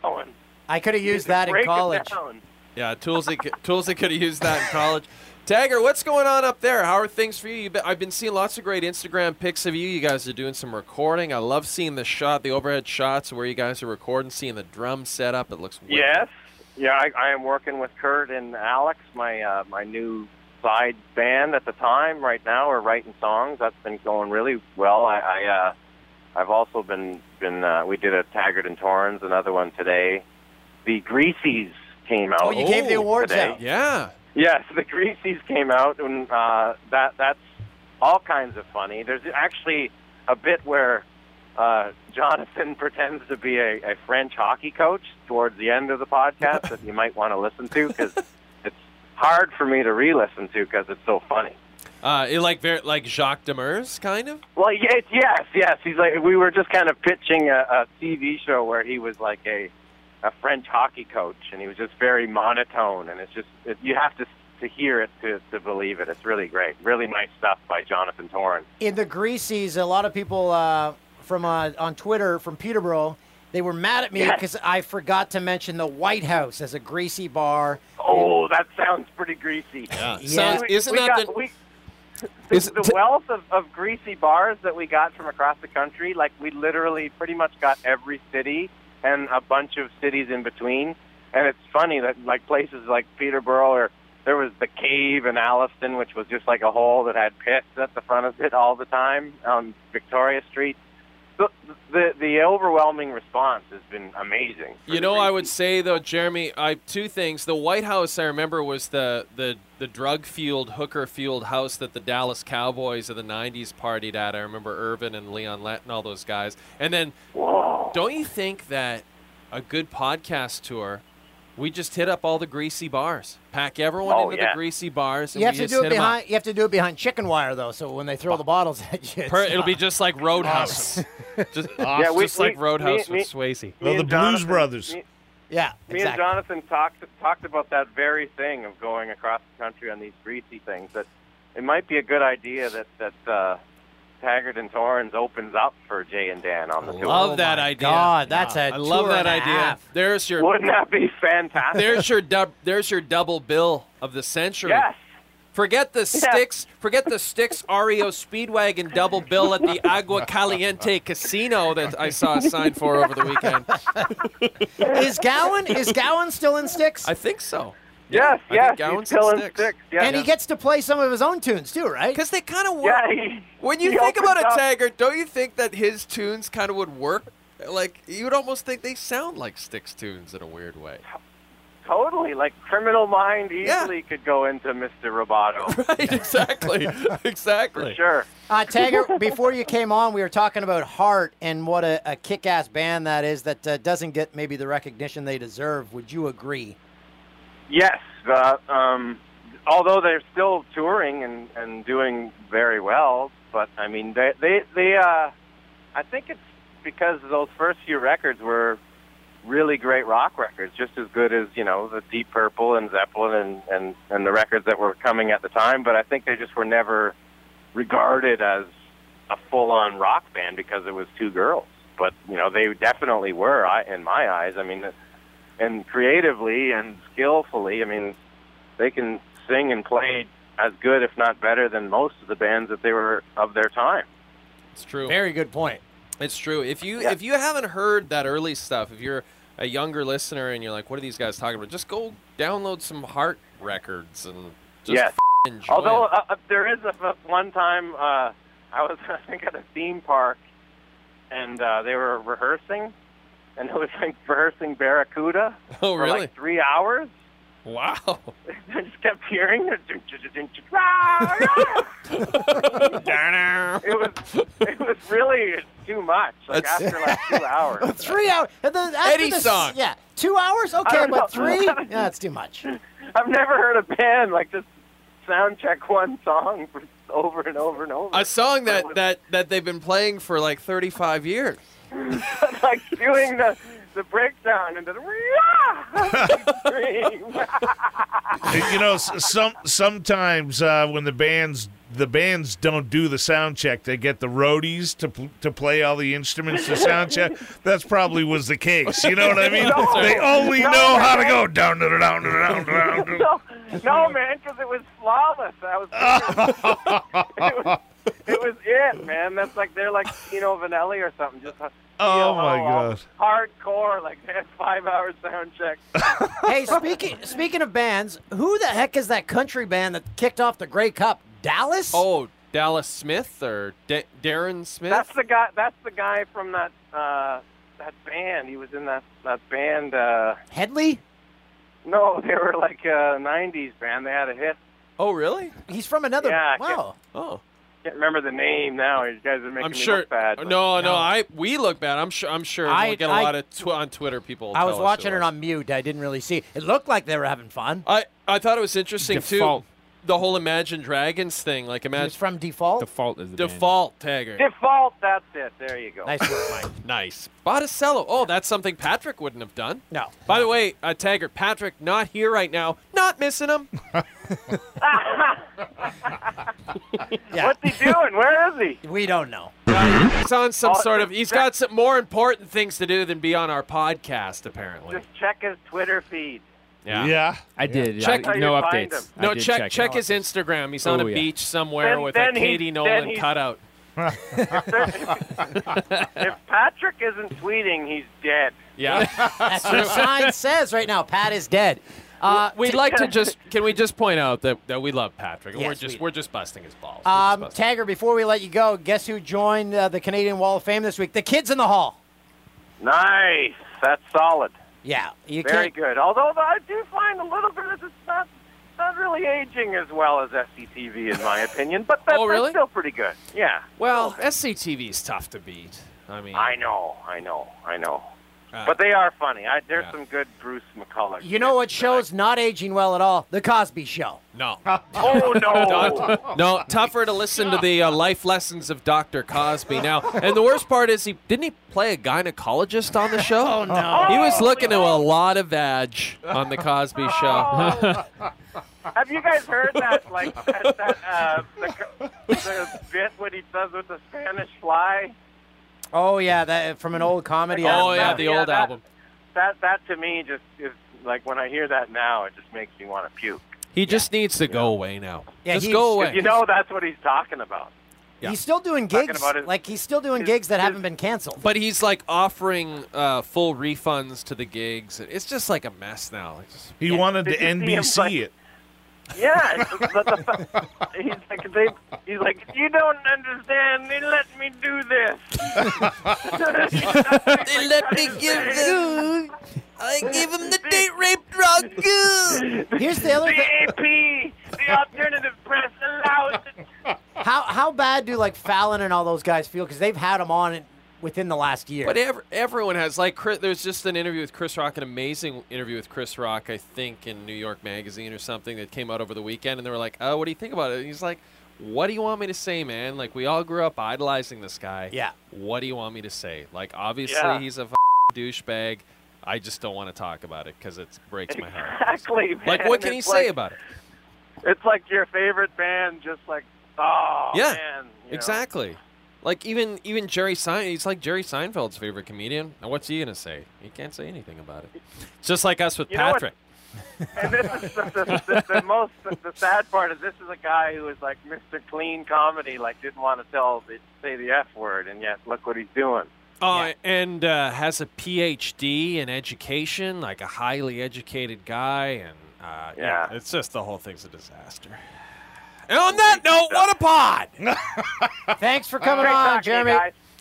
going. I could have You used just that in break 'em college. down. Yeah, Toolsy, c- Toolsy could have used that in college. Tagger, what's going on up there? How are things for you? You've been, I've been seeing lots of great Instagram pics of you. You guys are doing some recording. I love seeing the shot, the overhead shots where you guys are recording, seeing the drum setup. It looks wicked. Yes. Yeah, I, I am working with Kurt and Alex, my uh, my new side band at the time. Right now, we're writing songs. That's been going really well. I, I uh, I've also been been uh, we did a Taggart and Torrens, another one today. The Greasies came out. Oh, you gave the awards today. out. Yeah. Yes, the Greasies came out, and uh, that that's all kinds of funny. There's actually a bit where uh, Jonathan pretends to be a, a French hockey coach towards the end of the podcast that you might want to listen to because it's hard for me to re-listen to because it's so funny. Uh, it like very like Jacques Demers kind of. Well, yeah, it's- yes, yes. He's like we were just kind of pitching a, a TV show where he was like a a French hockey coach, and he was just very monotone, and it's just it, you have to to hear it to to believe it. It's really great, really nice stuff by Jonathan Torrent. in the Greasies, a lot of people uh, from uh, on Twitter from Peterborough, they were mad at me Yes. because I forgot to mention the White House as a greasy bar. Oh, that sounds pretty greasy. Yeah, Sounds- We- isn't we that got, the- we, the, the wealth of, of greasy bars that we got from across the country? Like we literally pretty much got every city and a bunch of cities in between. And it's funny that like places like Peterborough or there was the cave in Alliston, which was just like a hole that had pits at the front of it all the time on Victoria Street. The the, the overwhelming response has been amazing. You know, I would say though, Jeremy, I two things. The White House I remember was the the the drug fueled, hooker fueled house that the Dallas Cowboys of the '90s partied at. I remember Irvin and Leon Lett and all those guys. And then, don't you think that a good podcast tour? We just hit up all the greasy bars. Pack everyone Oh, into yeah. the greasy bars. And we You have to just do it hit 'em up. behind. You have to do it behind chicken wire though, so when they throw the bottles at you, it's Per- it'll be not- just like Roadhouse. just Yeah, we- just we- like Roadhouse me- me- with Swayze. me and Jonathan- me- yeah. Me and Jonathan talked talked about that very thing of going across the country on these greasy things. That it might be a good idea that that uh, Taggart and Torrens opens up for Jay and Dan on the tour. Love that idea. Oh God, that's a I love tour that and a idea. half. There's your Wouldn't that be fantastic? There's your dub, there's your double bill of the century. Yes. Forget the sticks. Forget the sticks. REO Speedwagon double bill at the Agua Caliente Casino that I saw a sign for over the weekend. is Gowan is Gowan still in sticks? I think so. Yes, I yes, think Gowan's he's still in sticks. sticks, yeah. and he gets to play some of his own tunes too, right? Because they kind of work. Yeah, he- When you he think about opens a up- Taggart, don't you think that his tunes kind of would work? Like you would almost think they sound like Sticks tunes in a weird way. Totally, like Criminal Mind easily could go into Mr. Roboto. right, exactly, exactly. Sure. Uh, Taggart, before you came on, we were talking about Heart and what a, a kick ass band that is that uh, doesn't get maybe the recognition they deserve. Would you agree? Yes, uh, um, although they're still touring and, and doing very well, but I mean, they they they uh, I think it's because those first few records were really great rock records, just as good as you know the Deep Purple and Zeppelin and and and the records that were coming at the time. But I think they just were never regarded as a full-on rock band because it was two girls. But you know, they definitely were I, in my eyes. I mean, and creatively and skillfully, I mean, they can sing and play as good, if not better, than most of the bands that they were of their time. It's true. Very good point. It's true. If you if you haven't heard that early stuff, if you're a younger listener and you're like, "What are these guys talking about?" Just go download some Heart records and just Yes. f- enjoy. Although it. uh, uh, there is a f- one time uh, I was I think at a theme park and uh, they were rehearsing and it was like rehearsing Barracuda Oh, for really? like three hours. Wow. I just kept hearing it. it was it was really too much. Like That's- after like two hours. Uh, Three hours. and then after Eddie this- song. Yeah, two hours. I Okay, don't know. but three? Yeah, that's too much. I've never heard a band like just sound check one song for over and over and over. a song that, that, that they've been playing for like 35 years. like doing the the breakdown and the you know, s- some sometimes uh, when the bands the bands don't do the sound check, they get the roadies to pl- to play all the instruments to sound check. That's probably was the case. You know what I mean? No. they only No, know how to man. go down, down, down, down, down. no, no, man, because it was flawless. I was. it was it, man. That's like they're like Tino Vanelli or something. Just oh Oh my god! hardcore, like they had five hour sound check. hey, speaking speaking of bands, who the heck is that country band that kicked off the Grey Cup? Dallas? Oh, Dallas Smith or Da- Darren Smith? That's the guy. That's the guy from that uh, that band. He was in that that band. Uh, Headley? no, they were like a '90s band. They had a hit. Oh, really? He's from another. Yeah, I wow. Oh. Can't remember the name now. You guys are making I'm me sure. look bad. but- no, no, I we look bad. I'm sure. I'm sure. I- we get a I- lot of tw- on Twitter. People. I tell was us who watching it it on mute. I didn't really see. It looked like they were having fun. I I thought it was interesting Default. too. The whole Imagine Dragons thing, like It's Imagine from Default. Default is Default Tagger. Default. That's it. There you go. Nice work, Mike. Nice. Botticello. Oh, that's something Patrick wouldn't have done. No. By the way, uh, Taggart, Patrick not here right now. Not missing him. What's he doing? Where is he? We don't know. He's on some Oh, sort of. He's got some more important things to do than be on our podcast, apparently. Just check his Twitter feed. Yeah. Yeah. I did. Check- That's I, how no you find updates. No, I did check check, check, it. his Instagram. He's on Oh, a yeah. beach somewhere Then- with then a he- Katie then Nolan he's- cutout. If Patrick isn't tweeting, he's dead. Yeah. That's what the sign says right now. Pat is dead. Uh, We'd like to just. Can we just point out that, that we love Patrick? and we're Yes, just we we are just busting his balls. We're just Um, busting- Tagger, before we let you go, guess who joined uh, the Canadian Wall of Fame this week? The kids in the hall. Nice. That's solid. Yeah, you Very can't. good. Although I do find a little bit of it's not not really aging as well as SCTV in my opinion, but that, Oh, really? that's still pretty good. Yeah. well, SCTV is tough to beat. I mean, I know, I know, I know. Uh, but they are funny. I, there's yeah. some good Bruce McCullough. You know what show's not aging well at all? The Cosby Show. no. Oh no. No, tougher to listen to the uh, life lessons of Dr. Cosby now. And the worst part is, he didn't he play a gynecologist on the show? Oh no. He was looking to a lot of vag on the Cosby Show. Have you guys heard that like that, that uh, the, the bit what he does with the Spanish fly? Oh yeah, that from an old comedy. oh album. yeah, the Yeah, old that- album. That that to me just is like when I hear that now, it just makes me want to puke. He just needs to go away now. Yeah, just he's- go away. If you know that's what he's talking about. Yeah. He's still doing Talking gigs. about his- like he's still doing gigs that haven't been canceled. But he's like offering uh, full refunds to the gigs. It's just like a mess now. Like, just- He wanted to Did you see him NBC play- it. Yeah, but the, he's like they, he's like you don't understand. They let me do this. they let me give them. I give them the date rape drug. Here's the other The thing. AP, the alternative press allows it. How how bad do like Fallon and all those guys feel? Because they've had him on and within the last year. But ev- everyone has like Chris, there's just an interview with Chris Rock, an amazing interview with Chris Rock, I think in New York Magazine or something that came out over the weekend, and they were like, "Oh, what do you think about it?" And he's like, "What do you want me to say, man? Like we all grew up idolizing this guy. Yeah. What do you want me to say? Like obviously Yeah. he's a f- douchebag. I just don't want to talk about it because it breaks my heart. Exactly. Like man. what can he It's say like- about it? It's like your favorite band, just like oh yeah, man, you know? exactly. Like even even Jerry Sein, he's like Jerry Seinfeld's favorite comedian. And what's he gonna say? He can't say anything about it. Just like us with You know what- Patrick. And this is the, the, the, the most the, the sad part is this is a guy who is like Mr. Clean comedy, like didn't want to tell the, say the f word, and yet look what he's doing. Oh, and uh, has a PhD in education, like a highly educated guy, and uh, yeah, it's just the whole thing's a disaster. And on that note, what a pod! Thanks for coming on, Jeremy.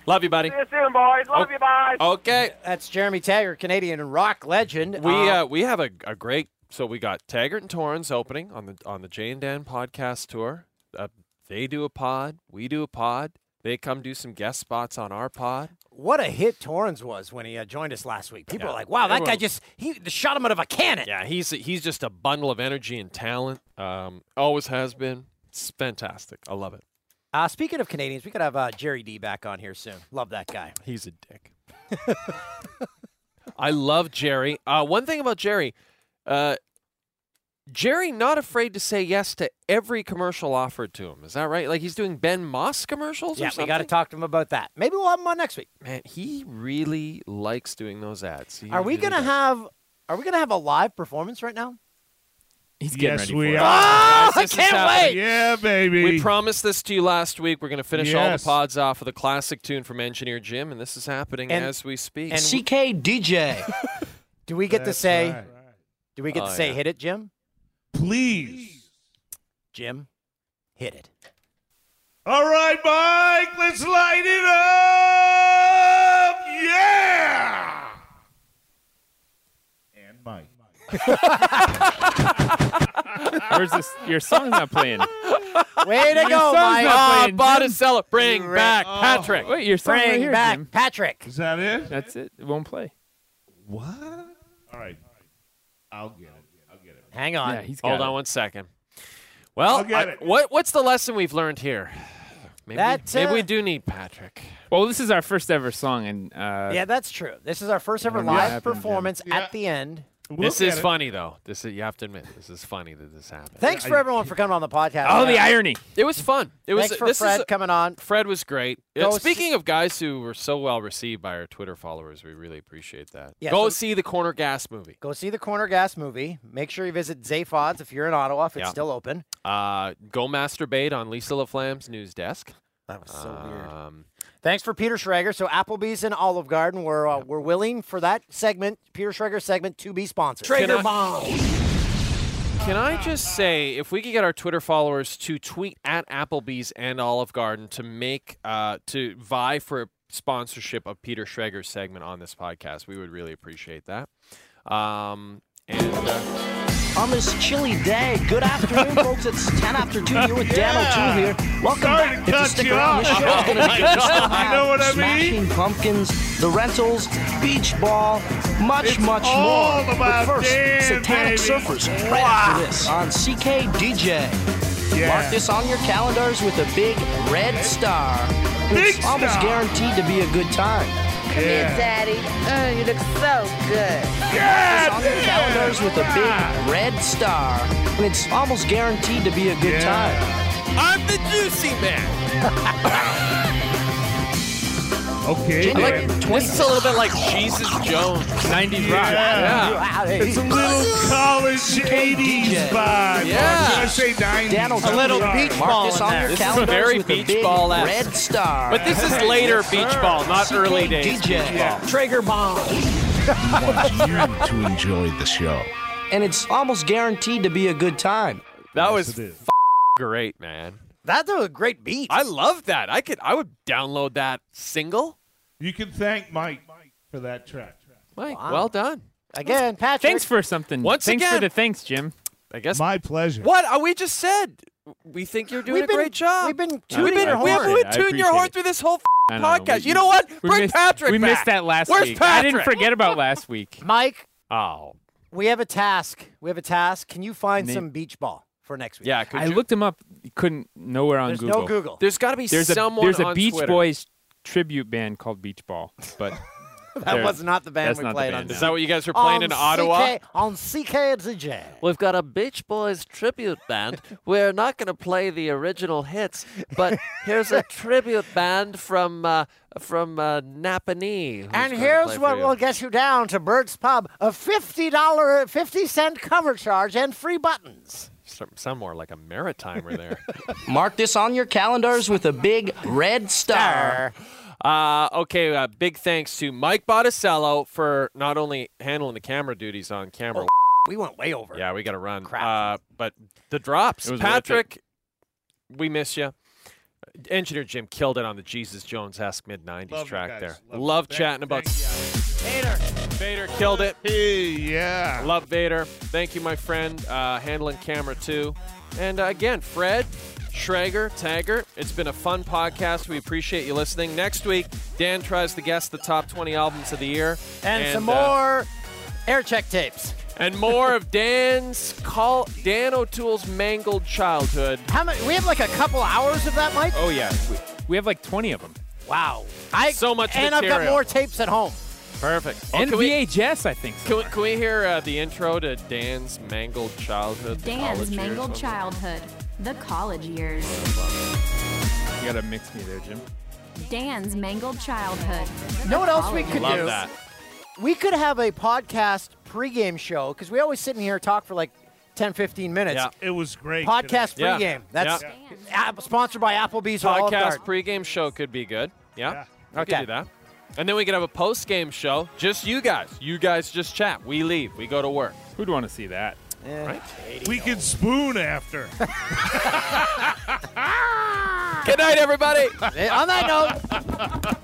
Love you, buddy. soon, boys. Love you, bye. Okay. That's Jeremy Taggart, Canadian rock legend. We uh, we have a, a great so we got Taggart and Torrens opening on the on the Jay and Dan podcast tour. Uh, they do a pod, we do a pod. They come do some guest spots on our pod. what a hit Torrens was when he uh, joined us last week. People Yeah. are like, "Wow, that guy Everyone- just he shot him out of a cannon." Yeah, he's he's just a bundle of energy and talent. Um, always has been. It's fantastic. I love it. Uh, speaking of Canadians, we could have uh, Jerry D back on here soon. Love that guy. He's a dick. I love Jerry. Uh, one thing about Jerry, uh, Jerry not afraid to say yes to every commercial offered to him. Is that right? Like he's doing Ben Moss commercials. Yeah, or we got to something? talk to him about that. Maybe we'll have him on next week. Man, he really likes doing those ads. He Are we really gonna does. have? Are we gonna have a live performance right now? He's getting Yes, ready we for it. are. Guys, this I is can't happening. wait. Yeah, baby. We promised this to you last week. We're going to finish all the Yes. pods off with a classic tune from Engineer Jim, and this is happening And- as we speak. and we- CK DJ. Do we get That's to say? right. Do we get Oh, to say yeah. hit it, Jim? Please. Jim, hit it. All right, Mike, let's light it up. Yeah. And Mike. Where's this? Your song's not playing. Way to Your go, son's Mike. not playing, Oh, Jim. Botticella, bring You re- back Oh. Patrick. Wait, your song's right Bring here, back Jim. Patrick. Is that it? That's it. It won't play. What? All right. I'll get it. I'll get it. Hang on. Yeah, he's got Hold it. on one second. Well, I'll get I- it. what what's the lesson we've learned here? Maybe, That's, maybe uh, we do need Patrick. Well, this is our first ever song, and uh, Yeah, that's true. This is our first ever don't know what live happened, Jim. performance at the end. this get is it. funny though. This is, you have to admit this is funny that this happened. Thanks for everyone for coming on the podcast. oh, the irony. It was fun. It was Thanks for this Fred is coming on. Fred was great. Uh, Go s- Speaking of guys who were so well received by our Twitter followers, we really appreciate that. Yeah, Go so- see the Corner Gas movie. Go see the Corner Gas movie. Make sure you visit Zaphod if you're in Ottawa, if it's Yeah. still open. Uh, go masturbate on Lisa LaFlamme's news desk. That was so weird. Um, Thanks for Peter Schrager. So Applebee's and Olive Garden were uh, we're willing for that segment, Peter Schrager segment, to be sponsored. Can I- Can I just say, if we could get our Twitter followers to tweet at Applebee's and Olive Garden to make uh, to vie for sponsorship of Peter Schreger's segment on this podcast, we would really appreciate that. Um, and uh, On this chilly day, good afternoon, folks. It's 10 after 2. You're with Dan O'Toole here. Welcome Sorry back. to if you cut stick you around, this off. show's going to Oh be my good. God. We'll You know what I have mean? Smashing Pumpkins, The Rentals, Beach Ball, much, It's much all more. about but first, Dan, Satanic baby. Surfers right after this on CK DJ. Yeah. Mark this on your calendars with a big red star. Big it's almost star. guaranteed to be a good time. Yeah. Daddy, oh, you look so good. It's on your calendars with a big red star. And it's almost guaranteed to be a good time. I'm the juicy man. Okay. I then. Like, this is a little bit like Jesus Jones, '90s rock. Yeah. Yeah. It's a little college 80s vibe. Or Yeah. Should I say 90s? Daniel, Something little wrong. beach Mark ball this in on there. your This is calendars very with a beach big ball-esque. red star. But this is later beach ball, not CK early days. DJ. Beach ball. Traeger bomb. want you to enjoy the show. And it's almost guaranteed to be a good time. That Yes, was it is. f- great, man. That's a great beat. I love that. I could. I would download that single. You can thank Mike for that track. Mike, Wow. well done. Again, Patrick. Thanks for something. Once thanks again. for the thanks, Jim. I guess My pleasure. What? Uh, we just said we think you're We've doing a been- great job. We've been we've tuning been, your we horn. haven't been tuning your horn through this whole I f- know, podcast. we- you know what? we Bring missed- Patrick We back. missed that last Where's week. Patrick? I didn't forget about last week. Mike, Oh. we have a task. We have a task. Can you find Name- some beach ball for next week? Yeah, I looked him up. Couldn't nowhere on There's no Google. Google. There's gotta be there's someone A, there's a on Beach Twitter. Boys tribute band called Beach Ball, but That there- was not the band that's we not the played band, on no. Is that what you guys were On CK on CKZJ. We've got a Beach Boys tribute band. We're not going to play the original hits, but here's a tribute band from uh, from uh, Napanee. who's And gonna play here's for what you. will get you down to Bird's Pub: a fifty dollar, fifty cent cover charge and free buttons. Some- Sound more like a maritimer there. Mark this on your calendars with a big red star. Uh, okay, uh, big thanks to Mike Botticello for not only handling the camera duties on camera. Oh, we went way over. Yeah, we got to run. Uh, but the drops. It was worth it. Patrick, we miss you. Engineer Jim killed it on the Jesus Jones esque mid 90s Love you track guys. there. Love Love, you. Thank- chatting about. Vader. Vader killed it. yeah. Love Vader. Thank you, my friend. Uh, handling camera too. And uh, again, Fred, Schrager, Taggart. It's been a fun podcast. We appreciate you listening. Next week, Dan tries to guess the top 20 albums of the year. And, some uh, more air check tapes. and more of Dan's call Dan O'Toole's mangled childhood. How much? We have like a couple hours of that, Mike. Oh yeah, we, we have like 20 of them. Wow, I so much and I've got material. more tapes at home. Perfect. Oh, And can we- VHS, I think. Can we, can we hear uh, the intro to Dan's mangled childhood? Dan's college years? mangled childhood, the college years. You gotta mix me there, Jim. Dan's mangled childhood. You know what else we college could years. do? We could have a podcast pregame show because we always sit in here and talk for like 10, 15 minutes. It was great. Podcast today. Yeah. pregame. That's Yeah. App- sponsored by Applebee's or Olive Podcast Garden. pregame show could be good. Yeah, we Okay. could do that. And then we could have a postgame show. Just you guys. You guys just chat. We leave. We go to work. Who'd want to see that? Right? We can spoon after. Good night, everybody. On that note.